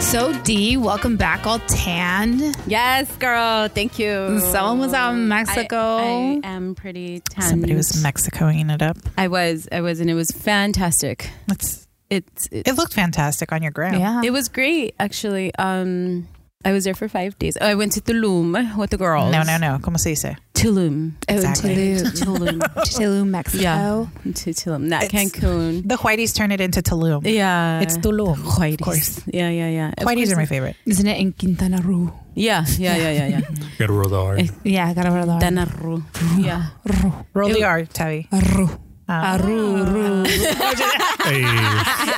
So, Dee, welcome back, all tanned. Yes, girl. Thank you. Someone was out in Mexico. I, I am pretty tanned. Somebody was Mexicoing it up. I was. I was, and it was fantastic. It's, It's. It, it looked fantastic on your gram. yeah. it was great, actually. Um, I was there for five days. Oh, I went to Tulum with the girls. No, no, no. Como se dice? Tulum. Oh, Exactly. Tulum. Tulum, Mexico. Yeah. to Tulum, not It's- Cancun. The whiteys turn it into Tulum. Yeah. it's Tulum. Whiteys. course. Yeah, yeah, yeah. Of Whiteys course. are my favorite. Mm-hmm. Isn't it in Quintana Roo? Yeah, yeah, yeah, yeah, yeah. Gotta roll the R. Eh. Yeah, I gotta roll the R. Tanarru. Yeah. Roo. Roll the Ew. R, Tavi. Roo. Um, Ah, Roo, Roo.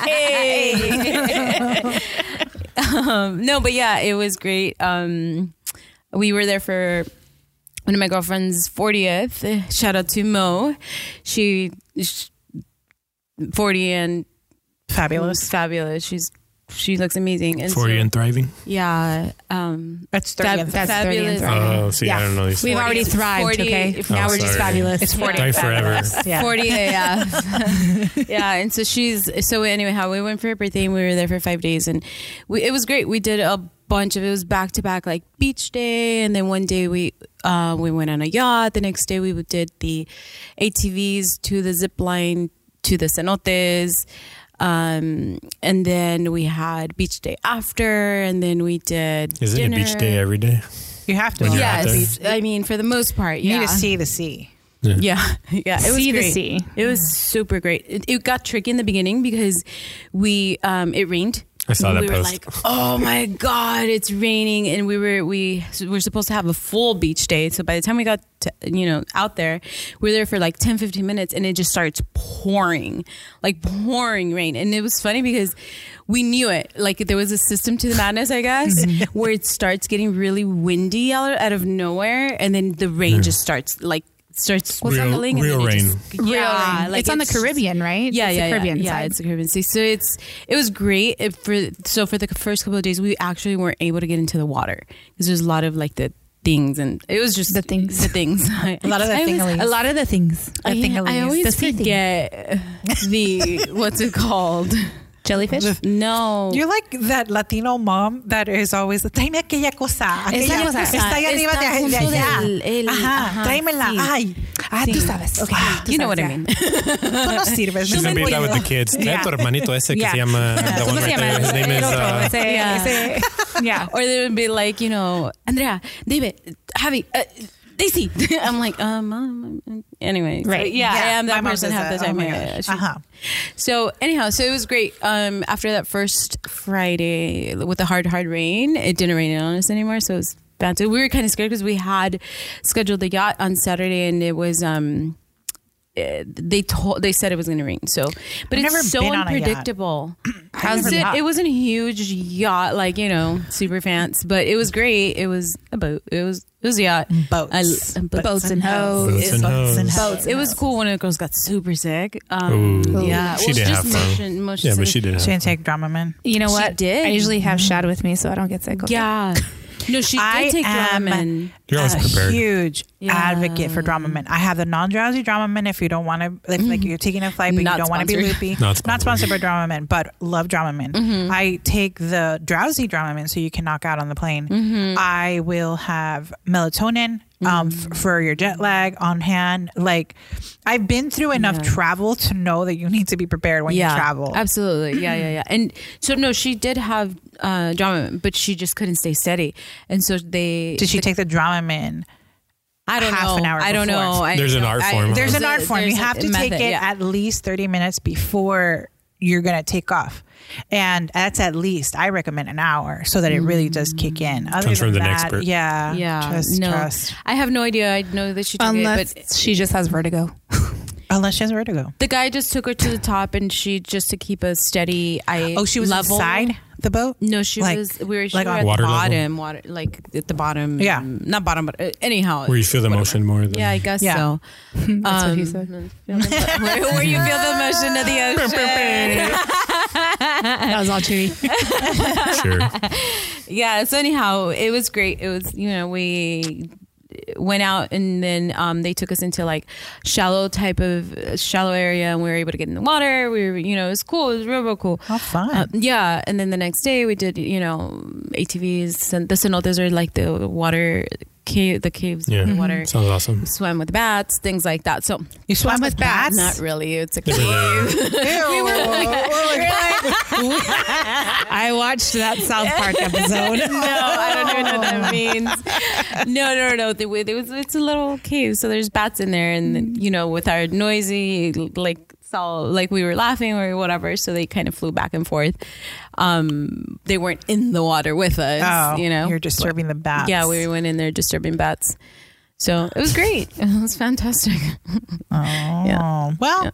Hey. Hey. um, no, but yeah, it was great. Um, we were there for one of my girlfriend's 40th. Shout out to Mo. She, sh 40 and fabulous. fabulous. She's she looks amazing. And so- 40 and thriving. yeah. Um, That's 30 Fab- and fab- fab- Fabulous. Oh, see, I don't know. these We've things. already thrived, 40 okay? if- now Oh, we're just sorry. fabulous. It's 40 Die and forever. fabulous. Yeah. 40 yeah yeah and so she's so anyhow we went for her birthday and we were there for five days and we, it was great we did a bunch of it was back to back like beach day and then one day we uh, we went on a yacht the next day we did the atvs to the zip line to the cenotes um, and then we had beach day after and then we did Is it dinner. a beach day every day? You have to. When you're out there. yes i mean for the most part You yeah need to see the sea. yeah yeah it was see the great. sea. It was super great. It, it got tricky in the beginning because we um, it rained. I saw that we post. were like, "Oh my god, it's raining!" And we were we were supposed to have a full beach day. So by the time we got to, you know out there, we were there for like 10, 15 minutes, and it just starts pouring, like pouring rain. And it was funny because we knew it. Like there was a system to the madness, I guess, Mm-hmm. where it starts getting really windy out, out of nowhere, and then the rain just starts like starts Real- swirling. and real then it rain. just- Real yeah, rain. like it's on the Caribbean, right? Yeah, it's yeah, the Caribbean yeah, yeah. side. It's the Caribbean sea. So it's it was great It- for so for the first couple of days we actually weren't able to get into the water because there's a lot of like the things and it was just The things. the things a lot of the thingalies. a lot of the things. The I, I thingalies. always The sea thing. forget the what's it called? Jellyfish? No, You're like that Latino mom that is always, tráeme aquella cosa. Aquella cosa. Está ahí arriba de, de junto allá. del- el- ajá, ajá, tráemela. sí. Ay, Ah, tú sabes. Okay. tú you sabes, know what I yeah. mean. tú no sirves. She's no gonna me be that with the acuerdo. kids. Yeah. That tu hermanito ese que se Yeah. llama. That one ¿Cómo se right there. llama? His name is. El otro, Uh, ese- Yeah. ese- yeah. Or they would be like, you know, Andrea, David, Javi, uh, Daisy. I'm like, um, um, um, anyway, so, Right. yeah, I Yeah, am my that mom person does half the that. time. Oh my yeah, gosh. yeah, she- Uh-huh. So anyhow, so it was great. Um, after that first Friday with the hard, hard rain, it didn't rain on us anymore. So it was fantastic. We were kind of scared because we had scheduled the yacht on Saturday, and it was um. eh, They told they said it was going to rain, so but I've it's never so been on a yacht. unpredictable. How's it, it? it wasn't a huge yacht, like you know, super fancy, but it was great. It was a boat. It was it was a yacht. Boats. I- Boats Boats and hoes. Boats and hoes. Boats. It was cool. One of the girls got super sick. Um, Ooh. yeah, She well, just didn't have fun. motion, motion yeah, but sickness. she didn't. She Have. didn't take drama, man. You know She what? did. I usually have shad with me, so I don't get sick. Okay. Yeah. No, she I did take am- ramen. You're always a prepared. huge Yeah. advocate for drama men. I have the non-drowsy drama men. If you don't want to, if like you're taking a flight but Mm-hmm. Not you don't want to be sponsored. Mm-hmm. loopy, Not sponsored. by drama men, but love drama men. I take the drowsy drama men so you can knock out on the plane. Mm-hmm. I will have melatonin um, f- for your jet lag on hand. Like I've been through enough travel to know that you need to be prepared when you travel. Absolutely. Yeah, yeah, yeah. And so no, she did have uh drama, but she just couldn't stay steady. And so they Did she take the drama men? I don't half know. an hour I don't know. before? I- There's an art I- form of There's There's an art form. You there's have a to method, take it yeah. at least 30 minutes before you're going to take off. And that's at least, I recommend an hour so that it really does kick in. Other Comes from than the that, next part. Yeah. yeah, Trust, no. trust. I have no idea. I know that she took Unless it, but she just has vertigo. Unless she has vertigo. the guy just took her to the top, and she just to keep a steady. I Oh, she was level. inside the boat? No, she Like- was. We were, she like were on at water the level? bottom, water like at the bottom. Yeah. um, not bottom, but uh, anyhow. Where you feel the whatever. motion more than. Yeah, I guess Yeah. so. That's what he Um, said. where, where you feel the motion of the ocean. That was all chewy. Sure. yeah. So anyhow, it was great. It was you know we went out and then um, they took us into like shallow type of uh, shallow area and we were able to get in the water. We were, you know, it was cool. It was real, real cool. How fun. Uh, yeah. And then the next day we did, you know, ATVs. And the cenotes are like the water cave, the caves, Yeah. in the water. Sounds awesome. Swam with bats, things like that. So you swam with bats? not really. It's a Never cave. mind. we were I watched that South Park episode. no, Oh, I don't even know what that means. No, no, no. The, it was, it's a little cave, so there's bats in there, and you know, with our noisy, like saw, like we were laughing or whatever, so they kind of flew back and forth. Um, they weren't in the water with us, Oh, you know. you're disturbing the bats. yeah, we went in there disturbing bats. So it was great. It was fantastic. Oh, Yeah. well,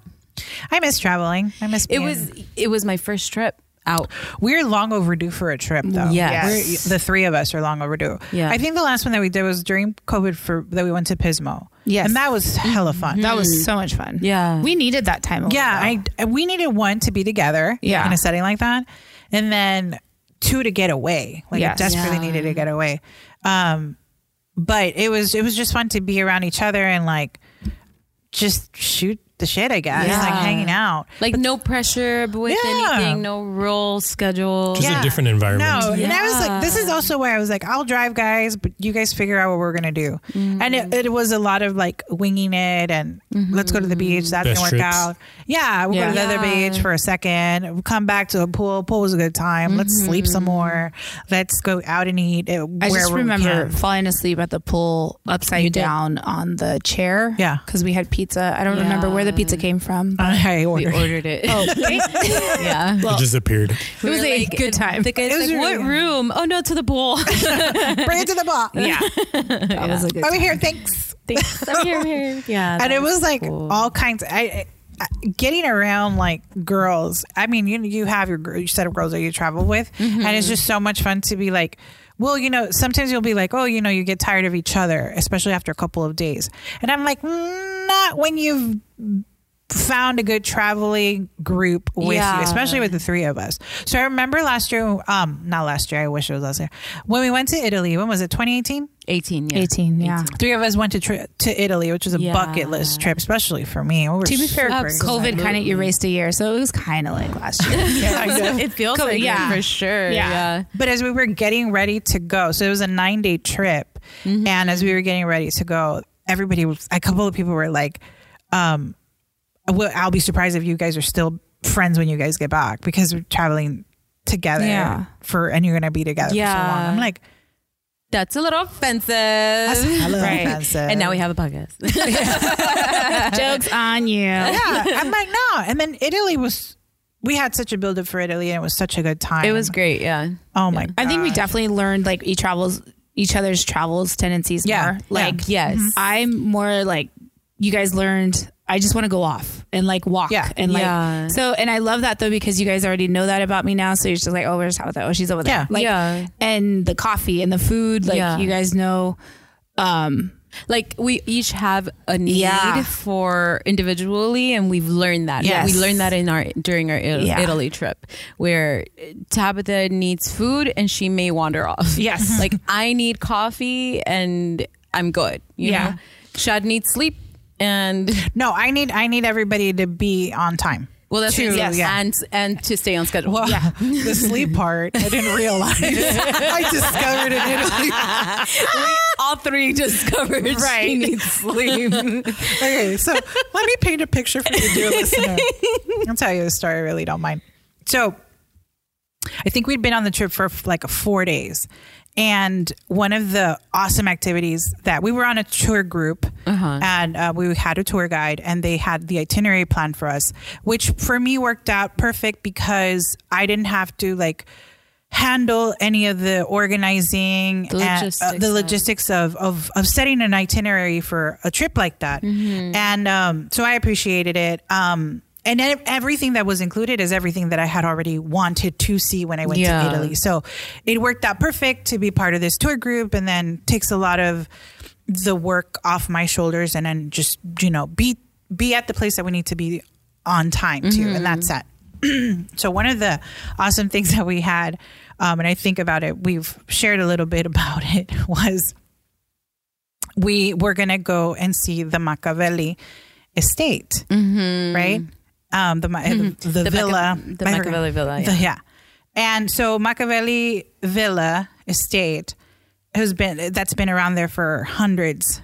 I miss traveling. I miss. It Being, was it was my first trip out. We're long overdue for a trip, though. Yes. We're- the three of us are long overdue. Yeah. I think the last one that we did was during COVID for that we went to Pismo. Yes. Mm-hmm. and that was hella fun. that was so much fun. Yeah. We needed that time. away, Yeah, though. I I- we needed one to be together. Yeah. in a setting like that, and then two to get away. Like I Yes. desperately Yeah. needed to get away. Um, but it was it was just fun to be around each other and like just shoot the shit. I guess like Yeah. hanging out. Like no pressure with Yeah. anything, no rule schedule. Just a different environment. No, and I was like, this is Yeah. also why I was like, I'll drive, guys, but you guys figure out what we're gonna do. Mm-hmm. And it, it was a lot of like winging it and let's go to the beach. That's gonna Best work trips. out. Yeah, we'll go to Yeah. the Yeah. other beach for a second. We'll come back to the pool. Pool was a good time. Let's sleep some more. Let's go out and eat. It, Mm-hmm. I just wherever we remember can. falling asleep at the pool upside did? down on the chair. Yeah. Because we had pizza. I don't remember where the pizza came from. but- I We ordered. ordered it. Oh, yeah. It just appeared. It was a good time. The guy's It was like, really "What good. room? Oh no, to the pool." Bring it to the bar. yeah. That was a good Over time. here, thanks. Thanks. I'm here, I'm here. Yeah, and that it was like cool. all kinds. I, I getting around like girls. I mean, you you have your gr- your set of girls that you travel with, Mm-hmm. and it's just so much fun to be like. Well, you know, sometimes you'll be like, oh, you know, you get tired of each other, especially after a couple of days. And I'm like, not when you've found a good traveling group with Yeah. you, especially with the three of us. So I remember last year, um, not last year, I wish it was last year, when we went to Italy. When was it? 2018. 18. Yeah. 18. Yeah. Three of us went to tri- to Italy, which was a Yeah. bucket list trip, especially for me. We were To be fair, super COVID excited. kind of erased a year. So it was kind of like last year. It feels Cool, like it, yeah. for sure. Yeah. Yeah. But as we were getting ready to go, so it was a nine day trip, and as we were getting ready to go, everybody, was, a couple of people were like, um, well, "I'll be surprised if you guys are still friends when you guys get back because we're traveling together Yeah. for and you're gonna be together for so Yeah. long." I'm like, That's a little offensive. "That's hella Right. offensive." and now we have a podcast. Jokes on you. yeah, I'm like, no. And then Italy was, we had such a build up for Italy, and it was such a good time. it was great. Yeah. Oh my! I think we gosh. definitely learned like each travels, each other's travels tendencies more. Yeah. Yeah. Like, Yes. I'm more like you guys learned I just want to go off and like walk Yeah. and like Yeah. so and I love that though because you guys already know that about me now so you're just like oh where's how that oh she's over there Yeah. like Yeah. and the coffee and the food like Yeah. you guys know um Like we each have a need Yeah. for individually, and we've learned that. Yes. We learned that in our during our Italy, Yeah. Italy trip, where Tabitha needs food and she may wander off. Yes. like I need coffee and I'm good. You Yeah. know? Shad needs sleep and no. I need I need everybody to be on time. well, that's True, yes, yeah. and and to stay on schedule. Well, the sleep part I didn't realize. I discovered in Italy. All three discovered she Right. needs sleep. Okay, so let me paint a picture for you, dear listener. I'll tell you the story. I really don't mind. So, I think we'd been on the trip for like four days, and one of the awesome activities that we were on a tour group, Uh-huh. and uh, we had a tour guide, and they had the itinerary plan for us, which for me worked out perfect because I didn't have to like handle any of the organizing The and, uh, logistics the of- logistics of, of of setting an itinerary for a trip like that and um so i appreciated it um and then everything that was included is everything that I had already wanted to see when I went Yeah. to Italy. So it worked out perfect to be part of this tour group and then takes a lot of the work off my shoulders and then just, you know, be be at the place that we need to be on time too. And that's it. Mm-hmm. So one of the awesome things that we had, um, and I think about it, we've shared a little bit about it, was we were going to go and see the Machiavelli estate, right? Um, the, Ma- the, the, Mm-hmm. The Machi- villa. the I forgot- Machiavelli villa, the- yeah. And so Machiavelli Villa estate has been, that's been around there for hundreds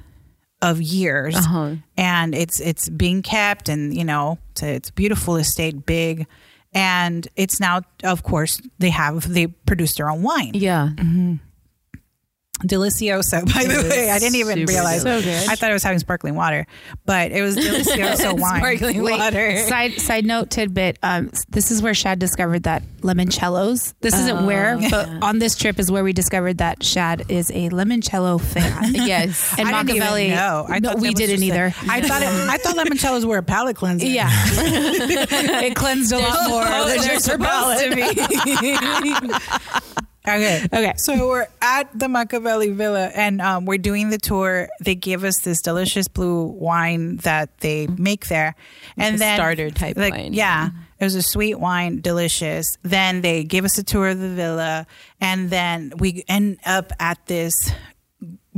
of years Uh-huh. and it's it's being kept and you know it's a, it's a beautiful estate big and it's now of course they have they produce their own wine Yeah. delicioso by the It way i is didn't even super realize So good. i thought i was having sparkling water but it was delicioso wine Sparkling Wait, water. Side side note tidbit. Um, s- this is where Shad discovered that limoncellos. This isn't Oh, where, but on this trip is where we discovered that Shad is a limoncello fan. Yes. And I didn't Machiavelli. even know. I no, thought that we was didn't just a- either. I thought it, I thought limoncellos were a palate cleanser. yeah, it cleansed a lot more than just her palate. Okay. Okay. So we're at the Machiavelli Villa and um, we're doing the tour. They give us this delicious blue wine that they make there. And a then starter type wine. Yeah. It was a sweet wine, delicious. Then they give us a tour of the villa and then we end up at this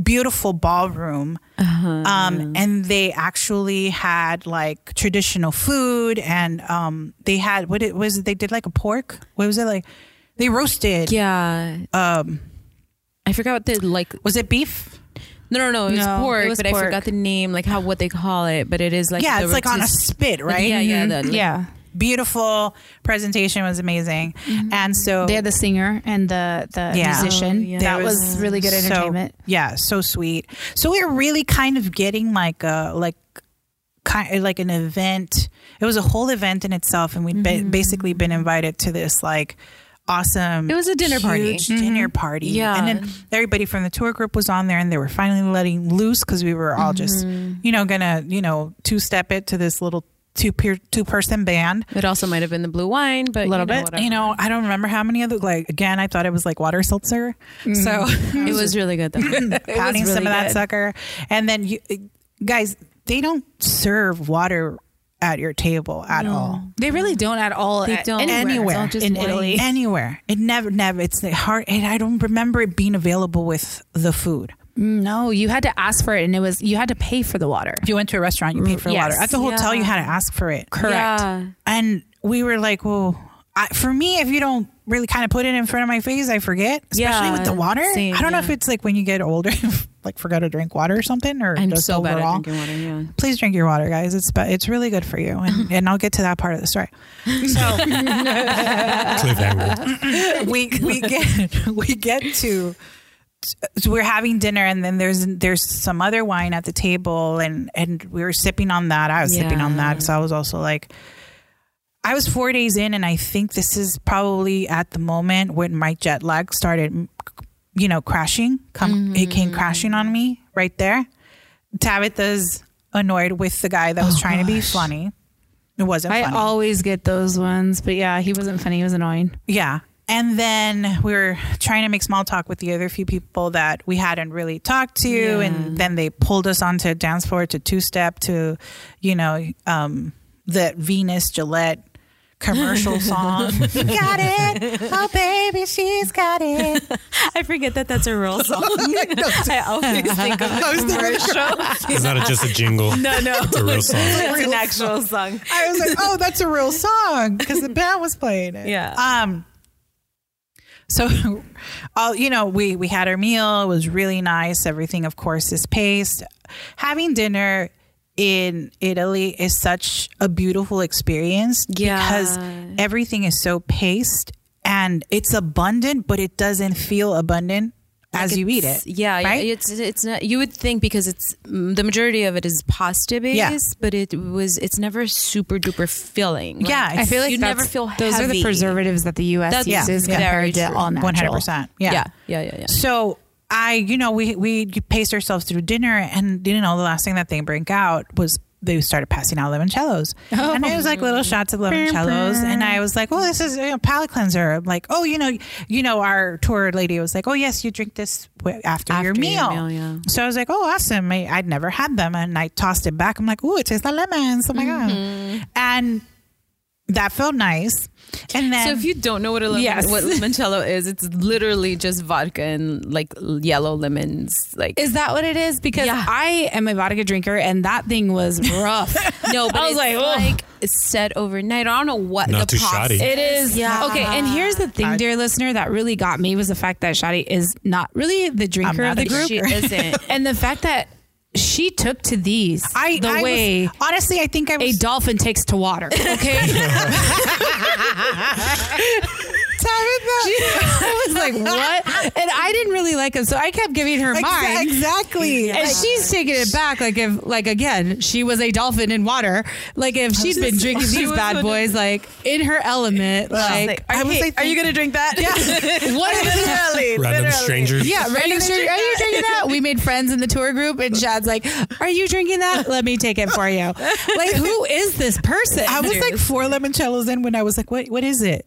beautiful ballroom. Uh-huh. Um, and they actually had like traditional food and um, they had what it was they did like a pork. What was it like? They roasted Yeah. um I forgot what the like. was it beef? No, no, no. It was No, it pork, was but I pork. forgot the name, like how what they call it. But it is like yeah, the it's like on a rotis- spit, right? Mm-hmm. Yeah, yeah, the, like, Yeah, Beautiful presentation was amazing, Mm-hmm. and so they had the singer and the the Yeah. musician. Oh, yeah. That There was, really good so- entertainment. yeah, so sweet. So we were really kind of getting like a like kind like an event. It was a whole event in itself, and we'd Mm-hmm. ba- basically been invited to this like awesome. It was a dinner party. Mm-hmm. huge dinner party. Yeah. and then everybody from the tour group was on there, and they were finally letting loose because we were all just Mm-hmm. you know gonna you know two step it to this little two peer two person band. It also might have been the blue wine, but A you know, little bit, whatever. you know. I don't remember how many of the like. Again, I thought it was like water seltzer. So Mm-hmm. it was really good though. pounding some of that sucker. And then you guys, they don't serve water at your table at all. They really don't at all. They at- don't. anywhere. Anywhere It's all just in wine. Italy, anywhere it never, never. It's the hard. And I don't remember it being available with the food. Mm, No, you had to ask for it, and it was you had to pay for the water. If you went to a restaurant, you paid for Yes. water. At the hotel, Yeah. you had to ask for it. Correct. Yeah. And we were like, well, I, for me, if you don't really kind of put it in front of my face, I forget. Especially Yeah. with the water. Same, I don't know yeah. if it's like when you get older, like forgot to drink water or something, or I'm just so bad overall. at drinking water. Yeah. please drink your water, guys. It's but it's really good for you, and, and I'll get to that part of the story. Cliffhanger. We we get we get to so we're having dinner, and then there's there's some other wine at the table, and and we were sipping on that. I was sipping on that, so I was also like. I was four days in, and I think this is probably at the moment when my jet lag started, you know, crashing. Come, it came crashing on me right there. Tabitha's annoyed with the guy that was trying to be funny. It wasn't. I funny. always get those ones, but yeah, he wasn't funny. He was annoying. Yeah. And then we were trying to make small talk with the other few people that we hadn't really talked to. And then they pulled us onto a dance floor to two step to, you know, um, the Venus Gillette commercial song. got it. Oh, baby, she's got it. I forget that that's a real song. I always think of It's not just a jingle. No, no. It's a real song. it's an actual song. I was like, oh, that's a real song because the band was playing it. Yeah. Um. So, all you know, we we had our meal. It was really nice. Everything, of course, is paced. Having dinner in Italy is such a beautiful experience Yeah. because everything is so paced and it's abundant, but it doesn't feel abundant as you eat it. Yeah, right? it's it's not. You would think because it's mm, the majority of it is pasta based, but it was it's never super duper filling. Yeah, Like, I feel you that's- never feel those are the heavy. preservatives that the U.S. That's- yeah, uses yeah. compared very to true. all natural. One hundred percent. yeah, yeah, yeah, yeah. So I, you know, we we paced ourselves through dinner, and you know, the last thing that they bring out was they started passing out limoncellos, Oh. and it was like little shots of limoncellos, and I was like, well, this is a palate cleanser. I'm like, oh, you know, you know, our tour lady was like, oh yes, you drink this w- after, After your your meal. meal, yeah. So I was like, oh, awesome. I, I'd never Mm-hmm. had them, and I tossed it back. I'm like, oh, it tastes like lemons. Oh my god, and that felt nice. And then So if you don't know what a lemon, Yes. what limoncello is, it's literally just vodka and like l- yellow lemons. Like Is that what it is? Because Yeah. I am a vodka drinker, and that thing was rough. no, but I was it's like, like, "Ugh." it's set overnight. I don't know what Not the too pasta- shoddy. It is. Yeah. Okay. And here's the thing, I- dear listener, that really got me was the fact that Shadi is not really the drinker of not the a group. She isn't. and the fact that she took to these I, the I was- way honestly, I think I a was dolphin takes to water. Okay. I was like, what? And I didn't really like him. So I kept giving her Exa- mine. Exactly. And she's taking it back, like if, like again, she was a dolphin in water. Like if she'd been drinking she these was bad one of- boys, like in her element, like, like, I was like, are you gonna drink that? yeah, what is this? literally, Random literally. strangers. Yeah, random stranger. Are you drinking that? We made friends in the tour group, and Shad's like, "Are you drinking that? Let me take it for you." Like, who is this person? I was like four limoncellos in when I was like, what? What is it?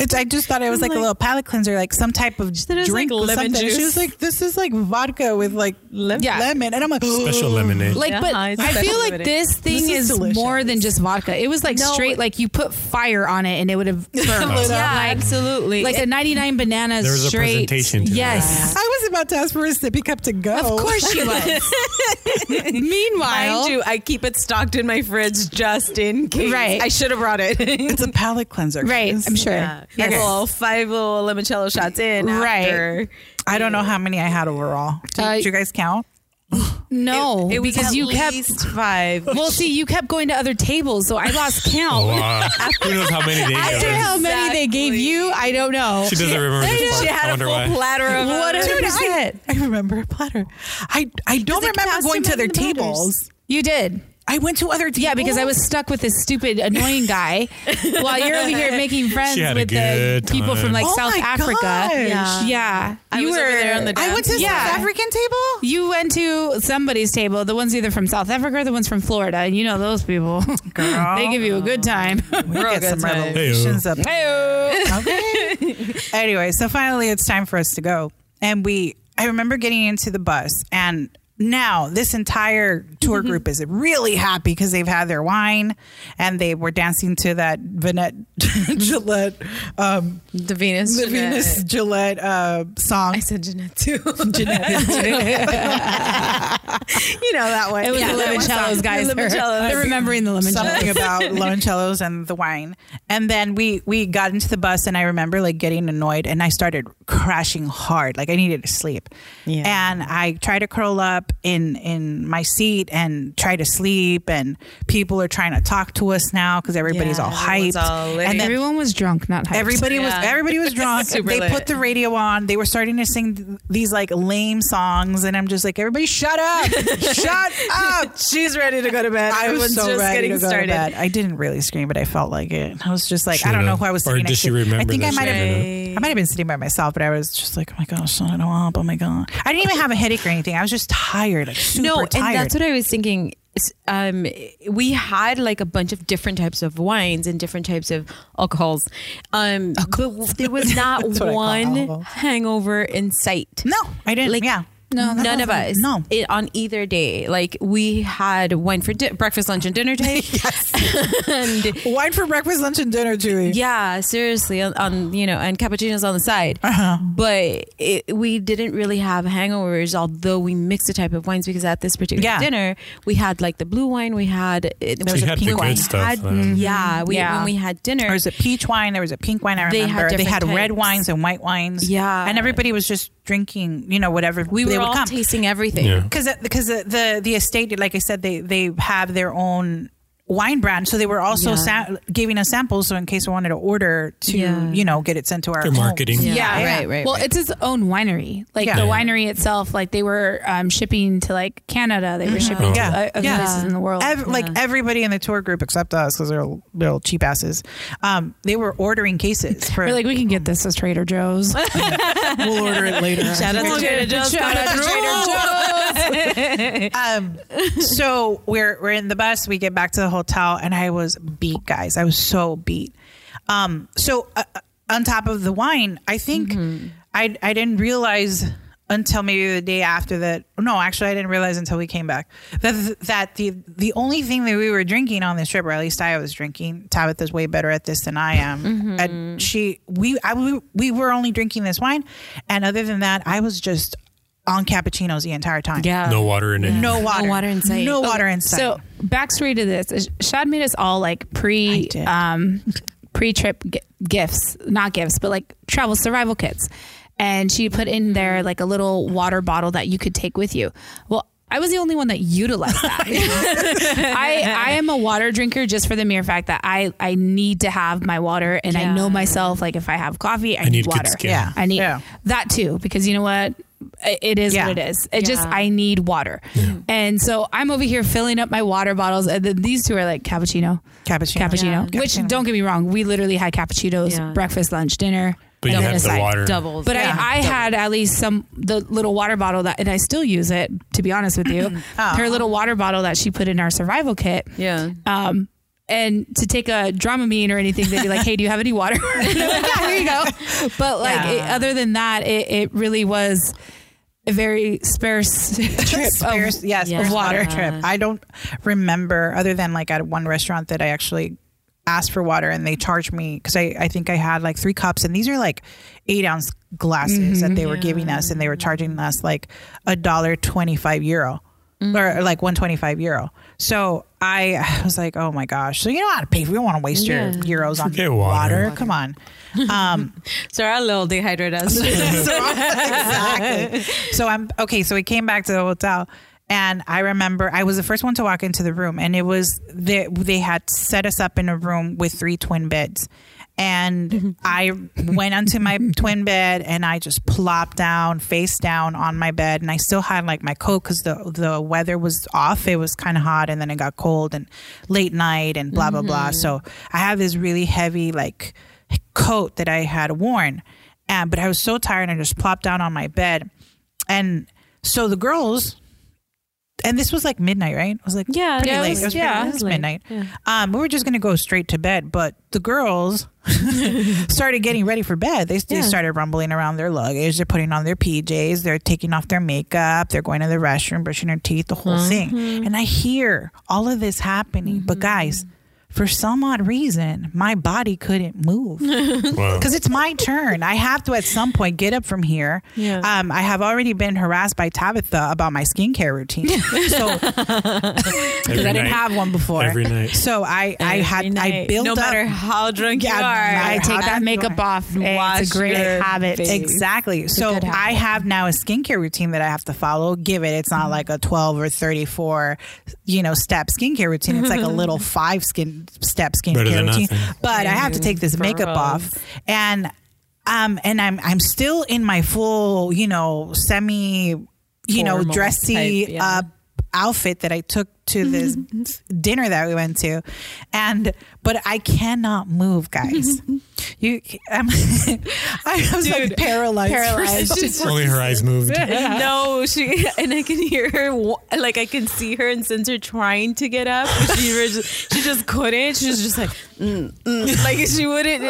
It's, I just thought it was like, a little palate cleanser, like some type of it was drink like with lemon something. She juice. was like, this is like vodka with like le- Yeah. lemon, and I'm like, Special lemonade. Like, Yeah, but it's I feel special like limited. this thing This is, is delicious. more than just vodka. It was like No. straight, like you put fire on it and it would have burned. Yeah, Like- absolutely. Like the 99 bananas There was a straight. presentation to yes. I was about to ask for a sippy cup to go. Of course she was. Meanwhile, Mind you, I keep it stocked in my fridge just in case. Right. I should have brought it. it's a palate cleanser. right, guys. I'm sure. Yeah. Yes. Well, five little limoncello shots in. Right. After. I don't know how many I had overall. Did, Uh, did you guys count? No, It was because at you kept. least five. Well, see, you kept going to other tables, so I lost count. Oh, Wow. Who knows how many they After gave her? how many they gave you, I don't know. She doesn't remember this part. She I had a wonder full why. platter of What it. Dude, I, I remember a platter. I I don't it remember cost going him to their in the butters. tables. You did. I went to other tables. Yeah, because I was stuck with this stupid, annoying guy while you're over here making friends She had a with the good people from time. like Oh South my Africa. gosh. Yeah. Yeah. I you was were over there on the I went to Yeah. South African table. You went to somebody's table, the ones either from South Africa or the ones from Florida. and You know those people. Girl. they give you a good time. We Real get good some time. revelations up. Okay. anyway, so finally it's time for us to go. And we I remember getting into the bus and now this entire tour group is really happy because they've had their wine and they were dancing to that Vinette Gillette um The Venus. the Venus Gillette uh song. I said Jeanette too. Jeanette. you know that one. It was Yeah, the that one limoncellos, song. guys. The They're- limoncellos. They're remembering the limoncellos. something about limoncellos and the wine. And then we we got into the bus, and I remember like getting annoyed, and I started crashing hard. Like I needed to sleep. Yeah. And I tried to curl up in in my seat and try to sleep. And people are trying to talk to us now because everybody's Yeah, all everyone's hyped. all lit. and then Everyone was drunk, not hyped. Everybody was Yeah. everybody was drunk. Super they lit. put the radio on. They were starting to sing th- these like lame songs, and I'm just like, everybody, shut up, shut up. She's ready to go to bed. I was Everyone's so just ready getting to go started. to bed. I didn't really scream, but I felt like it. I was just like, I don't know Should've. who I was. Or sitting did next she to. I remember think I that might she have. didn't? I might have been sitting by myself, but I was just like, oh my gosh, I don't know up. Oh my god, I didn't even have a headache or anything. I was just tired, like super no, tired. and that's what I was thinking. S- Um, we had like a bunch of different types of wines and different types of alcohols. Um, but w- there was not what I call one alcohol. hangover in sight. no, I didn't. Like, yeah, No, none was of like- us. no. It- on either day. Like we had wine for di- breakfast, lunch, and dinner time. wine for breakfast, lunch, and dinner, Julie. Yeah, seriously. On, on you know, and cappuccinos on the side. Uh-huh. But it, we didn't really have hangovers, although we mixed the type of wines because at this particular Yeah. dinner we had like the blue wine, we had it there was you a had the pink good wine. stuff, uh, Had- I don't know. yeah, we, Yeah. when we had dinner, There was a peach wine. There was a pink wine. I They had remember they had different red types. wines and white wines. Yeah. and everybody was just drinking. You know, whatever we they were would all come. tasting everything. Yeah. because because the, the the estate, like I said, they they have their own wine brand, so they were also Yeah. sa- giving us samples. So in case we wanted to order to Yeah. you know get it sent to our Their homes. marketing. Yeah, Yeah, right, yeah. right. Well, right. it's its own winery. Like Yeah. the Yeah. winery itself, like they were um, shipping to like Canada. They were shipping Oh. to Mm-hmm. Yeah. o- other Yeah. places in the world. Ev- Like everybody in the tour group except us, because they're little cheap asses. Um, they were ordering cases for. we're like, we can get this as Trader Joe's. we'll order it later. Shout out to Trader Joe's. Shout out to Trader Joe's. um, so we're we're in the bus. We get back to the hotel, and I was beat, guys. I was so beat. Um, so uh, uh, on top of the wine, I think I I didn't realize until maybe the day after that. No, actually, I didn't realize until we came back that that the the only thing that we were drinking on this trip, or at least I was drinking. Tabitha's way better at this than I am. And she, we, I, we, we were only drinking this wine, and other than that, I was just on cappuccinos the entire time. Yeah. No water in it. No water. water in sight. No Okay, water in sight. So backstory to this, Shad made us all like pre did. um pre trip g- gifts, not gifts, but like travel survival kits, and she put in there like a little water bottle that you could take with you. Well. I was the only one that utilized that. I, I am a water drinker just for the mere fact that I, I need to have my water and I Yeah. know myself. Like if I have coffee, I, I need, need good water. skin. Yeah. I need Yeah. that too because you know what? I- It is Yeah. what it is. It just Yeah. I need water, and so I'm over here filling up my water bottles, and then these two are like cappuccino, cappuccino. cappuccino. Yeah. Which Cappuccino. don't get me wrong, we literally had cappuccinos, Yeah. breakfast, lunch, dinner. But you and then had the aside. water. Doubles. But Yeah. I, I had at least some the little water bottle that, and I still use it. To be honest with you, her little water bottle that she put in our survival kit. yeah. Um, and to take a Dramamine or anything, they'd be like, "Hey, do you have any water?" And I'm like, yeah, here you go. But like, it, other than that, it, it really was a very sparse trip. of- Spirits- yes, yeah. yeah. water. water trip. I don't remember other than like at one restaurant that I actually asked for water and they charged me because I, I think I had like three cups and these are like eight ounce glasses that they were giving us and they were charging us like a dollar twenty five euro or like one twenty five euro. So I, I was like, oh my gosh. So you know how to pay. We don't want to waste Yeah. your euros on Forget water. water. Come on. Um, So our little dehydrate us. exactly. So I'm okay. So we came back to the hotel, and I remember I was the first one to walk into the room, and it was they they had set us up in a room with three twin beds. And I went onto my twin bed and I just plopped down, face down on my bed. And I still had like my coat because the, the weather was off. It was kind of hot and then it got cold and late night and blah, blah, blah. Mm-hmm. So I had this really heavy like coat that I had worn. And but I was so tired and I just plopped down on my bed. And so the girls and this was like midnight, right? It was like Yeah, pretty yeah, it late. was- It was, pretty- yeah, it it was was late. midnight. Um, we were just gonna go straight to bed, but the girls started getting ready for bed. They, they Yeah. started rumbling around their luggage. They're putting on their PJs. They're taking off their makeup. They're going to the restroom, brushing their teeth, the whole Mm-hmm. thing. And I hear all of this happening. But guys, for some odd reason, my body couldn't move Wow. because it's my turn. I have to at some point get up from here. Yeah. Um, I have already been harassed by Tabitha about my skincare routine, so because I didn't have one before. Every night. So I, I had, I built no up. matter how drunk Yeah, you no are. I matter take how that drunk you makeup are. off. It's Wash a great your habit. face. Exactly. So good habit. I have now a skincare routine that I have to follow. Give it. It's Mm-hmm. not like a 12 or 34, you know, step skincare routine. It's like a little five skin step Better skincare than routine. nothing. But I have to Ew, take this makeup gross. off and um and I'm I'm still in my full, you know, semi, you know, Formal dressy type, yeah. Mm-hmm. up outfit that I took to this dinner that we went to. And but I cannot move, guys. You, I'm, I was like paralyzed. Paralyzed. She's Only her eyes moved. no, she and I can hear her, wa- like I can see her and sense her trying to get up. but She was just, she just couldn't. She was just like, mm, mm, like she wouldn't.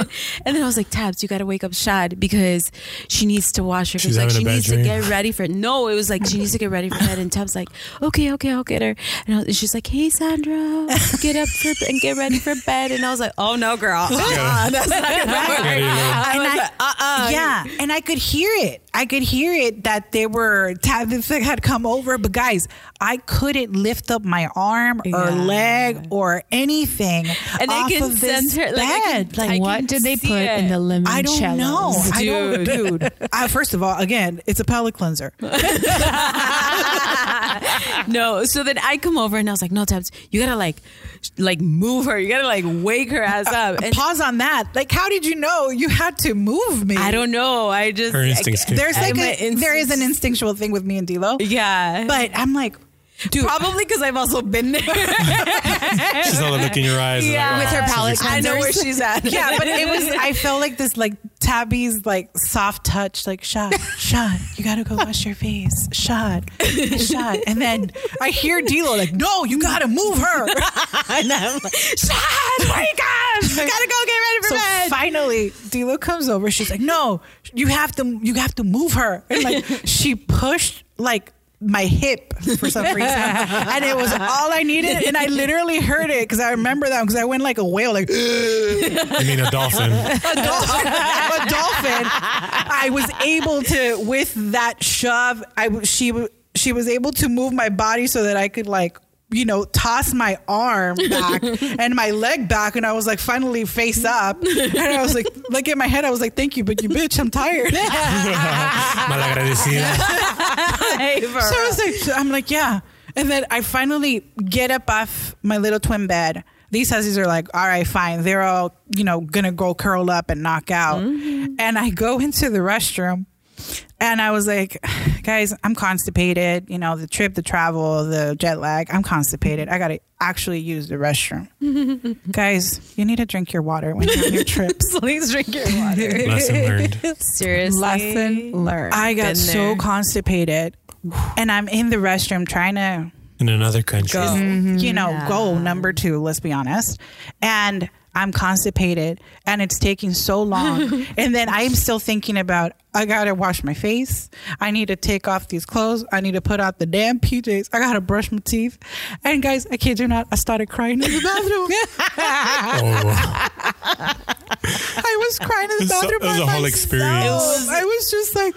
And then I was like, Tabs, you gotta wake up Shad because she needs to wash her. She's like having a she bad needs to dream. get ready for. No, it was like she needs to get ready for bed. And Tabs like, okay, okay, I'll get her. And, I was, and she's like, hey Sandra, get up for and get ready for bed. And I was like, oh no, girl, uh-uh, that's not gonna Yeah, you work. know. I was And I- like, uh-uh. Yeah, and I could hear it. I could hear it that they were Tabitha had come over, but guys, I couldn't lift up my arm or Yeah. leg or anything. And I off can of this sense her, like, I can- bed. Like, I what can did they see put in it. the lemon I don't know. I don't, Dude. Um, dude. I, first of all, again, it's a pellet cleanser. No, so then I come over and I was like, "No, Tabs, you gotta like, sh- like move her. You gotta like wake her ass up." And Uh, Pause on that. Like, how did you know you had to move me? I don't know. I just Her instincts kicked There's in. like I'm a, an there is an instinct- instinctual thing with me and D'Lo, yeah, but I'm like, dude, probably because I've also been there. She's all the look in your eyes. Yeah. Like, With her she's palate excited. I know where she's at. yeah, but it was. I felt like this, like Tabby's like soft touch, like shot, shot. You gotta go wash your face, shot, shot. And then I hear Dilo like, no, you gotta move her. and I'm like, shot, wake up, gotta go get ready for So bed. Finally, Dilo comes over. She's like, no, you have to, you have to move her. And like she pushed like my hip for some reason and it was all i needed and i literally heard it because i remember that because i went like a whale like I mean, a dolphin. a dolphin. a dolphin. I was able to with that shove. I w- she w- she was able to move my body so that I could like you know toss my arm back and my leg back, and I was like finally face up, and I was like like in my head I was like thank you, but you bitch, I'm tired. Malagradecida. So I was like, so I'm like, yeah. And then I finally get up off my little twin bed. These hussies are like, all right, fine. They're all, you know, gonna go curl up and knock out. Mm-hmm. And I go into the restroom and I was like, guys, I'm constipated. You know, the trip, the travel, the jet lag, I'm constipated. I gotta actually use the restroom. guys, you need to drink your water when you're on your trips. Please drink your water. Lesson learned. Seriously. Lesson learned. I got Been so there. constipated. And I'm in the restroom trying to In another country. you know, goal number two, let's be honest. And I'm constipated and it's taking so long. and then I'm still thinking about, I gotta wash my face. I need to take off these clothes. I need to put out the damn PJs. I gotta brush my teeth. And guys, I kid you not, I started crying in the bathroom. Oh, I was crying in the It's so- bathroom. it was by a whole myself. experience. It was- I was just like,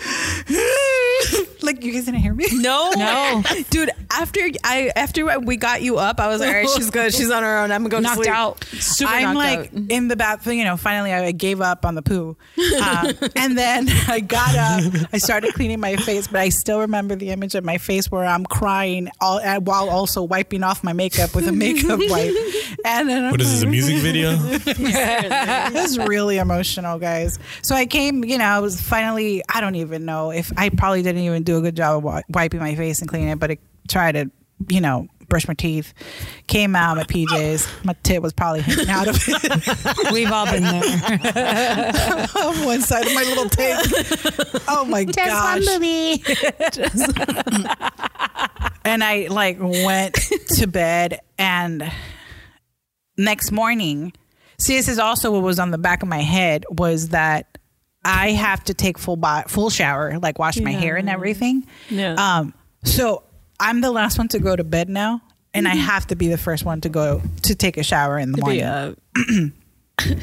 like, you guys didn't hear me? No, No. dude. After I after we got you up, I was like, all right, she's good. She's on her own. I'm gonna go to Knocked sleep." out. Super I'm knocked like out. in the bathroom, you know, finally I gave up on the poo. Uh, and then I got up, I started cleaning my face, but I still remember the image of my face where I'm crying all, and while also wiping off my makeup with a makeup wipe. And then I'm what is this? A music video? this is really emotional, guys. So I came, you know, I was finally, I don't even know if I probably didn't even do a good job of wi- wiping my face and cleaning it, but I tried to, you know, brush my teeth, came out, my PJs, my tit was probably hanging out of it. We've all been there. on one side of my little tank. Oh my gosh. movie. And I like went to bed and next morning, see this is also what was on the back of my head was that I have to take full bo- full shower, like wash my hair and everything. Yeah. Um so I'm the last one to go to bed now and I have to be the first one to go to take a shower in the morning. Yeah.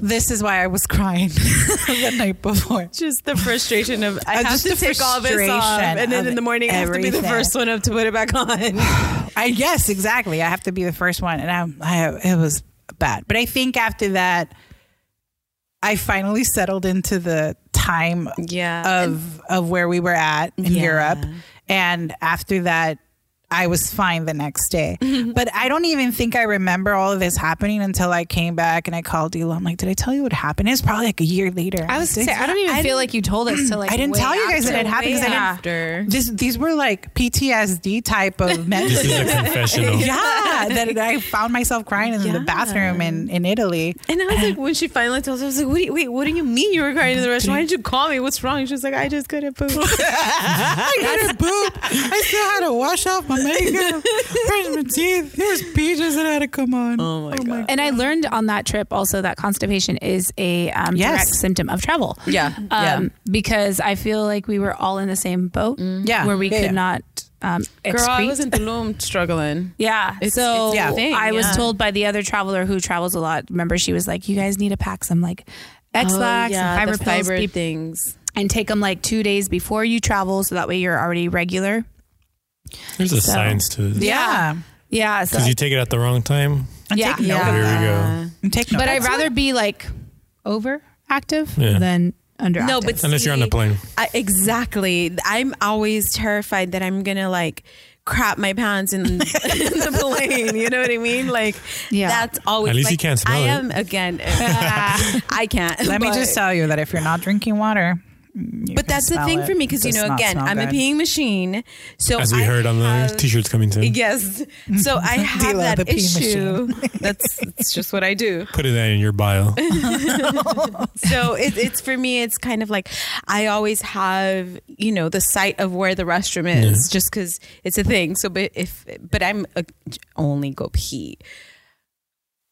This is why I was crying the night before. Just the frustration of I Uh, have just to the take all this off, frustration and then of in the morning I have to be everything. the first one up to put it back on. I yes, exactly. I have to be the first one, and I'm, I it was bad. But I think after that, I finally settled into the time Yeah. of of where we were at in Yeah. Europe, and after that. I was fine the next day. But I don't even think I remember all of this happening until I came back and I called Dilo. I'm like, did I tell you what happened? It's probably like a year later. I was Did saying, I don't even feel like you told us to like. I didn't way tell you guys after. that it happened because I didn't. Oh after. This, these were like PTSD type of memories This is a confessional. yeah, that I found myself crying in the bathroom in, in Italy. And I was like, when she finally told us, I was like, what do you, wait, what do you mean you were crying in the restaurant? Why did you call me? What's wrong? She was like, I just couldn't poop. I got a poop. I still had to wash off my makeup, brush my teeth. There was peaches that had to come on. Oh my, god. And I learned on that trip also that constipation is a um, Yes. direct symptom of travel. Yeah, Um, yeah. Mm. Because I feel like we were all in the same boat. Yeah, Where we yeah, could yeah. not um, excrete. Girl, I was in Tulum struggling. yeah. It's- so it's a Yeah. thing, I was yeah. told by the other traveler who travels a lot. Remember, she was like, "You guys need to pack some like Oh, X-Lax and fiber pills be- things. and take them like two days before you travel, so that way you're already regular." There's a So- science to this. Yeah. Yeah. So Because you take it at the wrong time. I'm Yeah. taking Yeah. note. Here we go. I'm taking but note. I'd rather be like overactive Yeah. than underactive. No, but Unless you're on the see, plane. I, exactly. I'm always terrified that I'm gonna like crap my pants in, in the plane. You know what I mean? Like, Yeah. that's always. At least like, you can't smell I it. am again. uh, I can't. Let me but- just tell you that if you're not drinking water, you But can that's the smell thing it. for me because you Does know, not again, smell I'm a good. peeing machine. So As we I heard on the have- t-shirts coming soon. Yes. So I have Dila, the that peeing issue. That's, that's just what I do. Put it in your bio. So it, it's for me, it's kind of like I always have, you know, the site of where the restroom is just because it's a thing. So, but if, but I'm a, only go pee.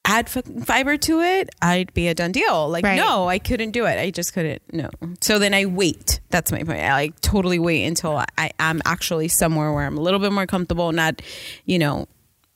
Add fucking fiber to it, I'd be a done deal. Like, Right. no, I couldn't do it. I just couldn't. No. So then I wait. That's my point. I like totally wait until I, I am actually somewhere where I'm a little bit more comfortable, not, you know,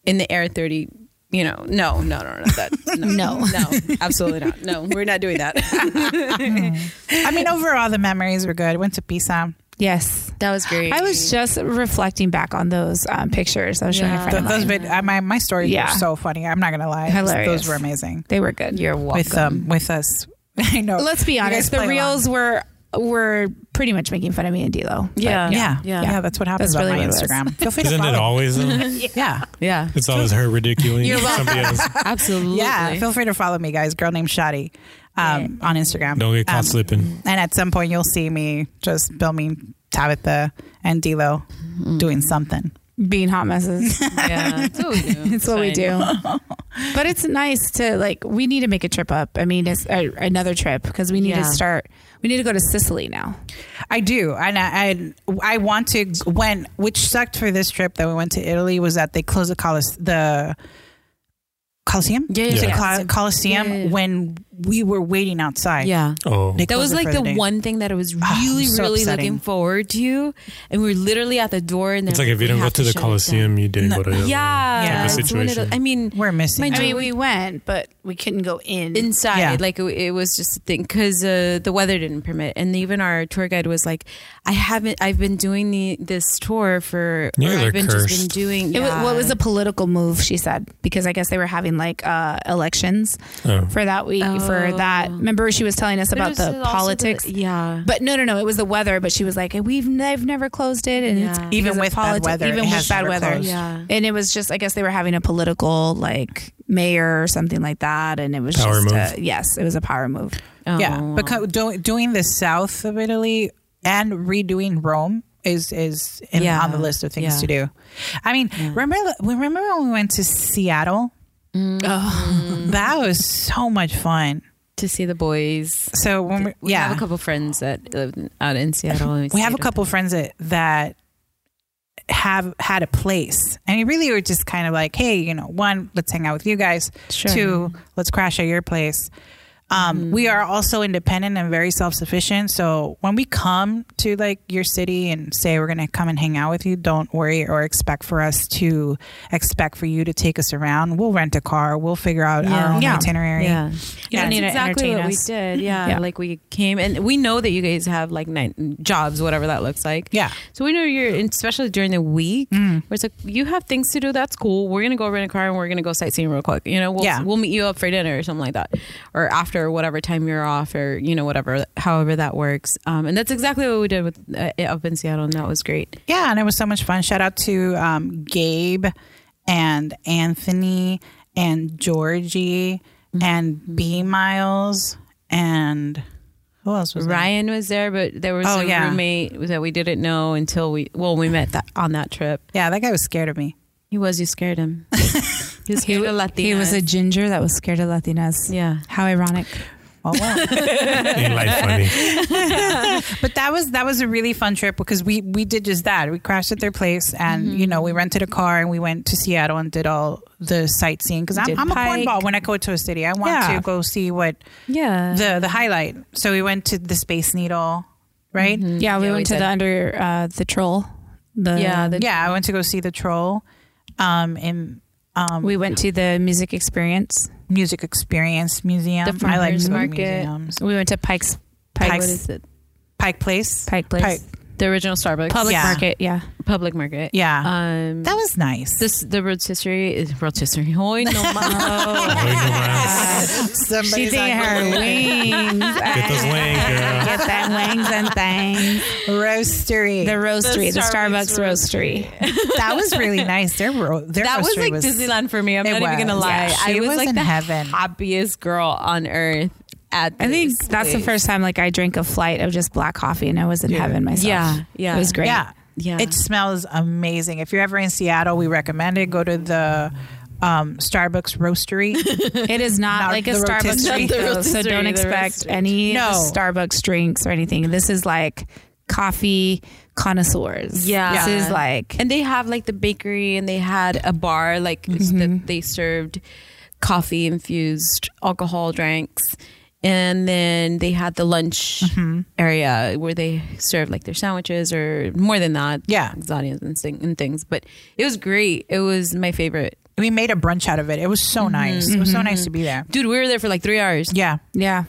in the air 30. You know, no, no, no, no, that, no, No. no, absolutely not. No, we're not doing that. I mean, overall, the memories were good. Went to Pisa. Yes. That was great. I was just reflecting back on those um, pictures I was showing Yeah. a Th- friend. of those mine. vid- uh, my my stories Yeah. were so funny. I'm not gonna lie. Hilarious. Those were amazing. They were good. You're welcome. With um with us. I know. Let's be You guys honest. The play reels were were pretty much making fun of me and D'Lo. But Yeah. along. Yeah. Yeah. yeah. That's what happens That's really on my what it was. Instagram. Feel free to Isn't it follow. always? though? Yeah. Yeah, It's always her ridiculing You're welcome. somebody else. absolutely. Yeah. Feel free to follow me, guys. Girl named Shotty um, on Instagram. Don't get caught Um, slipping. And at some point, you'll see me just filming Tabitha and D'Lo Mm-hmm. doing something. Being hot messes. yeah. That's what we do. It's what we do. but it's nice to like. We need to make a trip up. I mean, it's uh, another trip because we need Yeah. to start. We need to go to Sicily now. I do, and I, I I want to when which sucked for this trip that we went to Italy was that they closed the Colise- the Coliseum. Yeah, yeah, Yeah. The yeah. Col- Coliseum Yeah, yeah, yeah. when we were waiting outside. Yeah. Oh, They That was closed it like for the day. one thing that I was Ah, really, so really upsetting. looking forward to, and we were literally at the door. And it's they're like if you "We don't go have to the shut it Coliseum, you didn't No. go to. down." the- yeah, Type of it's one of situation. those- I mean, We're missing. Mind I out. you- mean, we went, but we couldn't go in. inside, Yeah. like it, it was just a thing because uh, the weather didn't permit, and even our tour guide was like, "I haven't. I've been doing the this tour for. Yeah, or they're I've been just been cursed. doing. It yeah. was, well, it was a political move, she said, because I guess they were having like uh, elections Oh. for that week. For that, remember she Oh. was telling us But it about was the also politics. yeah. But no, no, no. It was the weather. But she was like, "We've ne- I've never closed it, and it's Yeah. because Even of with bad weather, even it with has bad never weather, closed. Yeah. And it was just, I guess they were having a political like mayor or something like that, and it was Power just move. A, yes, it was a power move. yeah, Oh. because do, doing the south of Italy and redoing Rome is is in, Yeah. on the list of things Yeah. to do. I mean, remember remember when we went to Seattle? Mm. Mm-hmm. Oh, that was so much fun. to see the boys. So when we, We yeah, have a couple friends that live out in Seattle. and we have a stayed couple friends that that have had a place and we really were just kind of like hey you know one let's hang out with you guys Sure. Mm-hmm. two let's crash at your place um, we are also independent and very self-sufficient so when we come to like your city and say we're going to come and hang out with you don't worry or expect for us to expect for you to take us around we'll rent a car we'll figure out our Yeah. own Yeah. itinerary Yeah, You don't That's need to exactly entertain what us. we did. Yeah. Yeah. like we came and we know that you guys have like night jobs, whatever that looks like. Yeah. so we know you're, and especially during the week, Mm. where it's like you have things to do. That's cool. We're gonna go rent a car and we're gonna go sightseeing real quick. You know, we'll Yeah. we'll meet you up for dinner or something like that, or after whatever time you're off, or you know whatever, however that works. Um, and that's exactly what we did with uh, up in Seattle, and that was great. Yeah, and it was so much fun. Shout out to um, Gabe and Anthony and Georgie Mm-hmm. and B Miles and who else was there? Ryan was there, but there was Oh, a yeah. roommate that we didn't know until we well we met that on that trip. Yeah, that guy was scared of me. He was. You scared him. he was scared of Latinas. He was a ginger that was scared of Latinas. yeah. How ironic. Oh wow! Ain't life funny? but that was that was a really fun trip because we we did just that. We crashed at their place and you know we Mm-hmm. rented a car and we went to Seattle and did all the sightseeing because I'm, Did I'm a Pike. cornball when I go to a city. I want Yeah. to go see what Yeah. the the highlight. So we went to the Space Needle, right? Mm-hmm. Yeah, we Yeah, we went to did. the under uh, the troll. The, um, yeah. The, yeah, I went to go see the troll um, in um, we went to the music experience. Music Experience Museum. The I like farmers to go to market. museums. We went to Pike's Pike, Pike's- what is it? Pike Place. Pike Place Pike. The original Starbucks. Public Yeah. Market. Yeah, Public market. Yeah, Um. that was nice. this the Rhodes history is Rhodes history. Hoy no Oh, más. you know my ass. she Somebody's did her wings. Get those wings, girl. Get them wings and things. roastery. The roastery, the, Starbucks Starbucks roastery. that was really nice. Their ro- their That was roastery like Disneyland for me. I'm it not even gonna was. lie. Yeah. I She was, was like in the heaven. happiest girl on earth. at I think this that's the place. first time like I drank a flight of just black coffee and I was in heaven myself. Yeah, yeah. It was great. Yeah. Yeah. It smells amazing. If you're ever in Seattle, we recommend it. Go to the um, Starbucks roastery. It is not, Not like a the Starbucks rotisserie. drink, Not the though, so rotisserie, don't the expect rotisserie. any No. Starbucks drinks or anything. This is like coffee connoisseurs. Yeah. this is like and they have like the bakery and they had a bar like that they served coffee infused alcohol drinks and then they had the lunch area where they served like their sandwiches or more than that Yeah. lasagnas and, thing- and things but it was great it was my favorite we made a brunch out of it. It was Mm-hmm. so nice. It was so nice to be there. dude we were there for like three hours Yeah. yeah.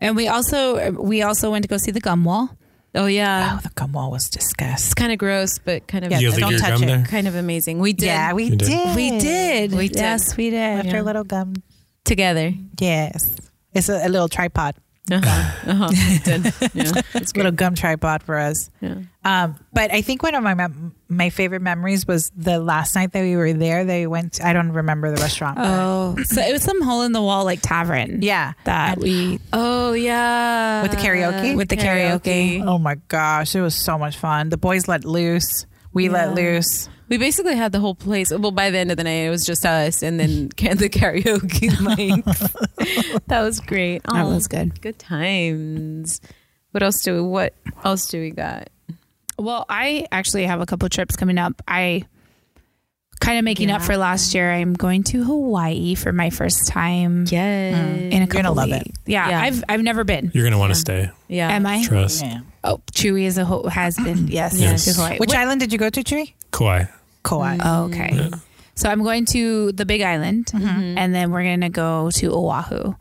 And we also we also went to go see the gum wall. oh yeah Oh, the gum wall was disgusting. it's kind of gross but kind of Yeah, you lick don't your touch gum it. there? kind of amazing we did Yeah, we You did. did. We did. We did. Yes, we did. Left our little gum. together Yes. It's a, a little tripod, uh-huh. uh-huh. We did. Yeah. It's little gum tripod for us. Yeah. Um, but I think one of my mem- my favorite memories was the last night that we were there. They went. I don't remember the restaurant. but- Oh, so it was some hole in the wall like tavern. yeah. that we Oh yeah, With the karaoke? with the karaoke. Oh my gosh, it was so much fun. The boys let loose. We let loose. We basically had the whole place. Well, by the end of the night, it was just us, and then can the karaoke mics. that was great. That Aw, was good. Good times. What else do we? What else do we got? Well, I actually have a couple trips coming up. I kind of making up for last year. I'm going to Hawaii for my first time Yes. in a gonna couple love it. weeks. Yeah, Yeah. I've I've never been. You're gonna want to stay. Yeah. Am I? Trust. Yeah. Oh, Chewy is a ho- has been. Yes, Yes. to Hawaii. Which island did you go to, Tree? Kauai. Mm. Kauai. Mm-hmm. Oh, okay. So I'm going to the Big Island, Mm-hmm. Mm-hmm. and then we're gonna go to Oahu,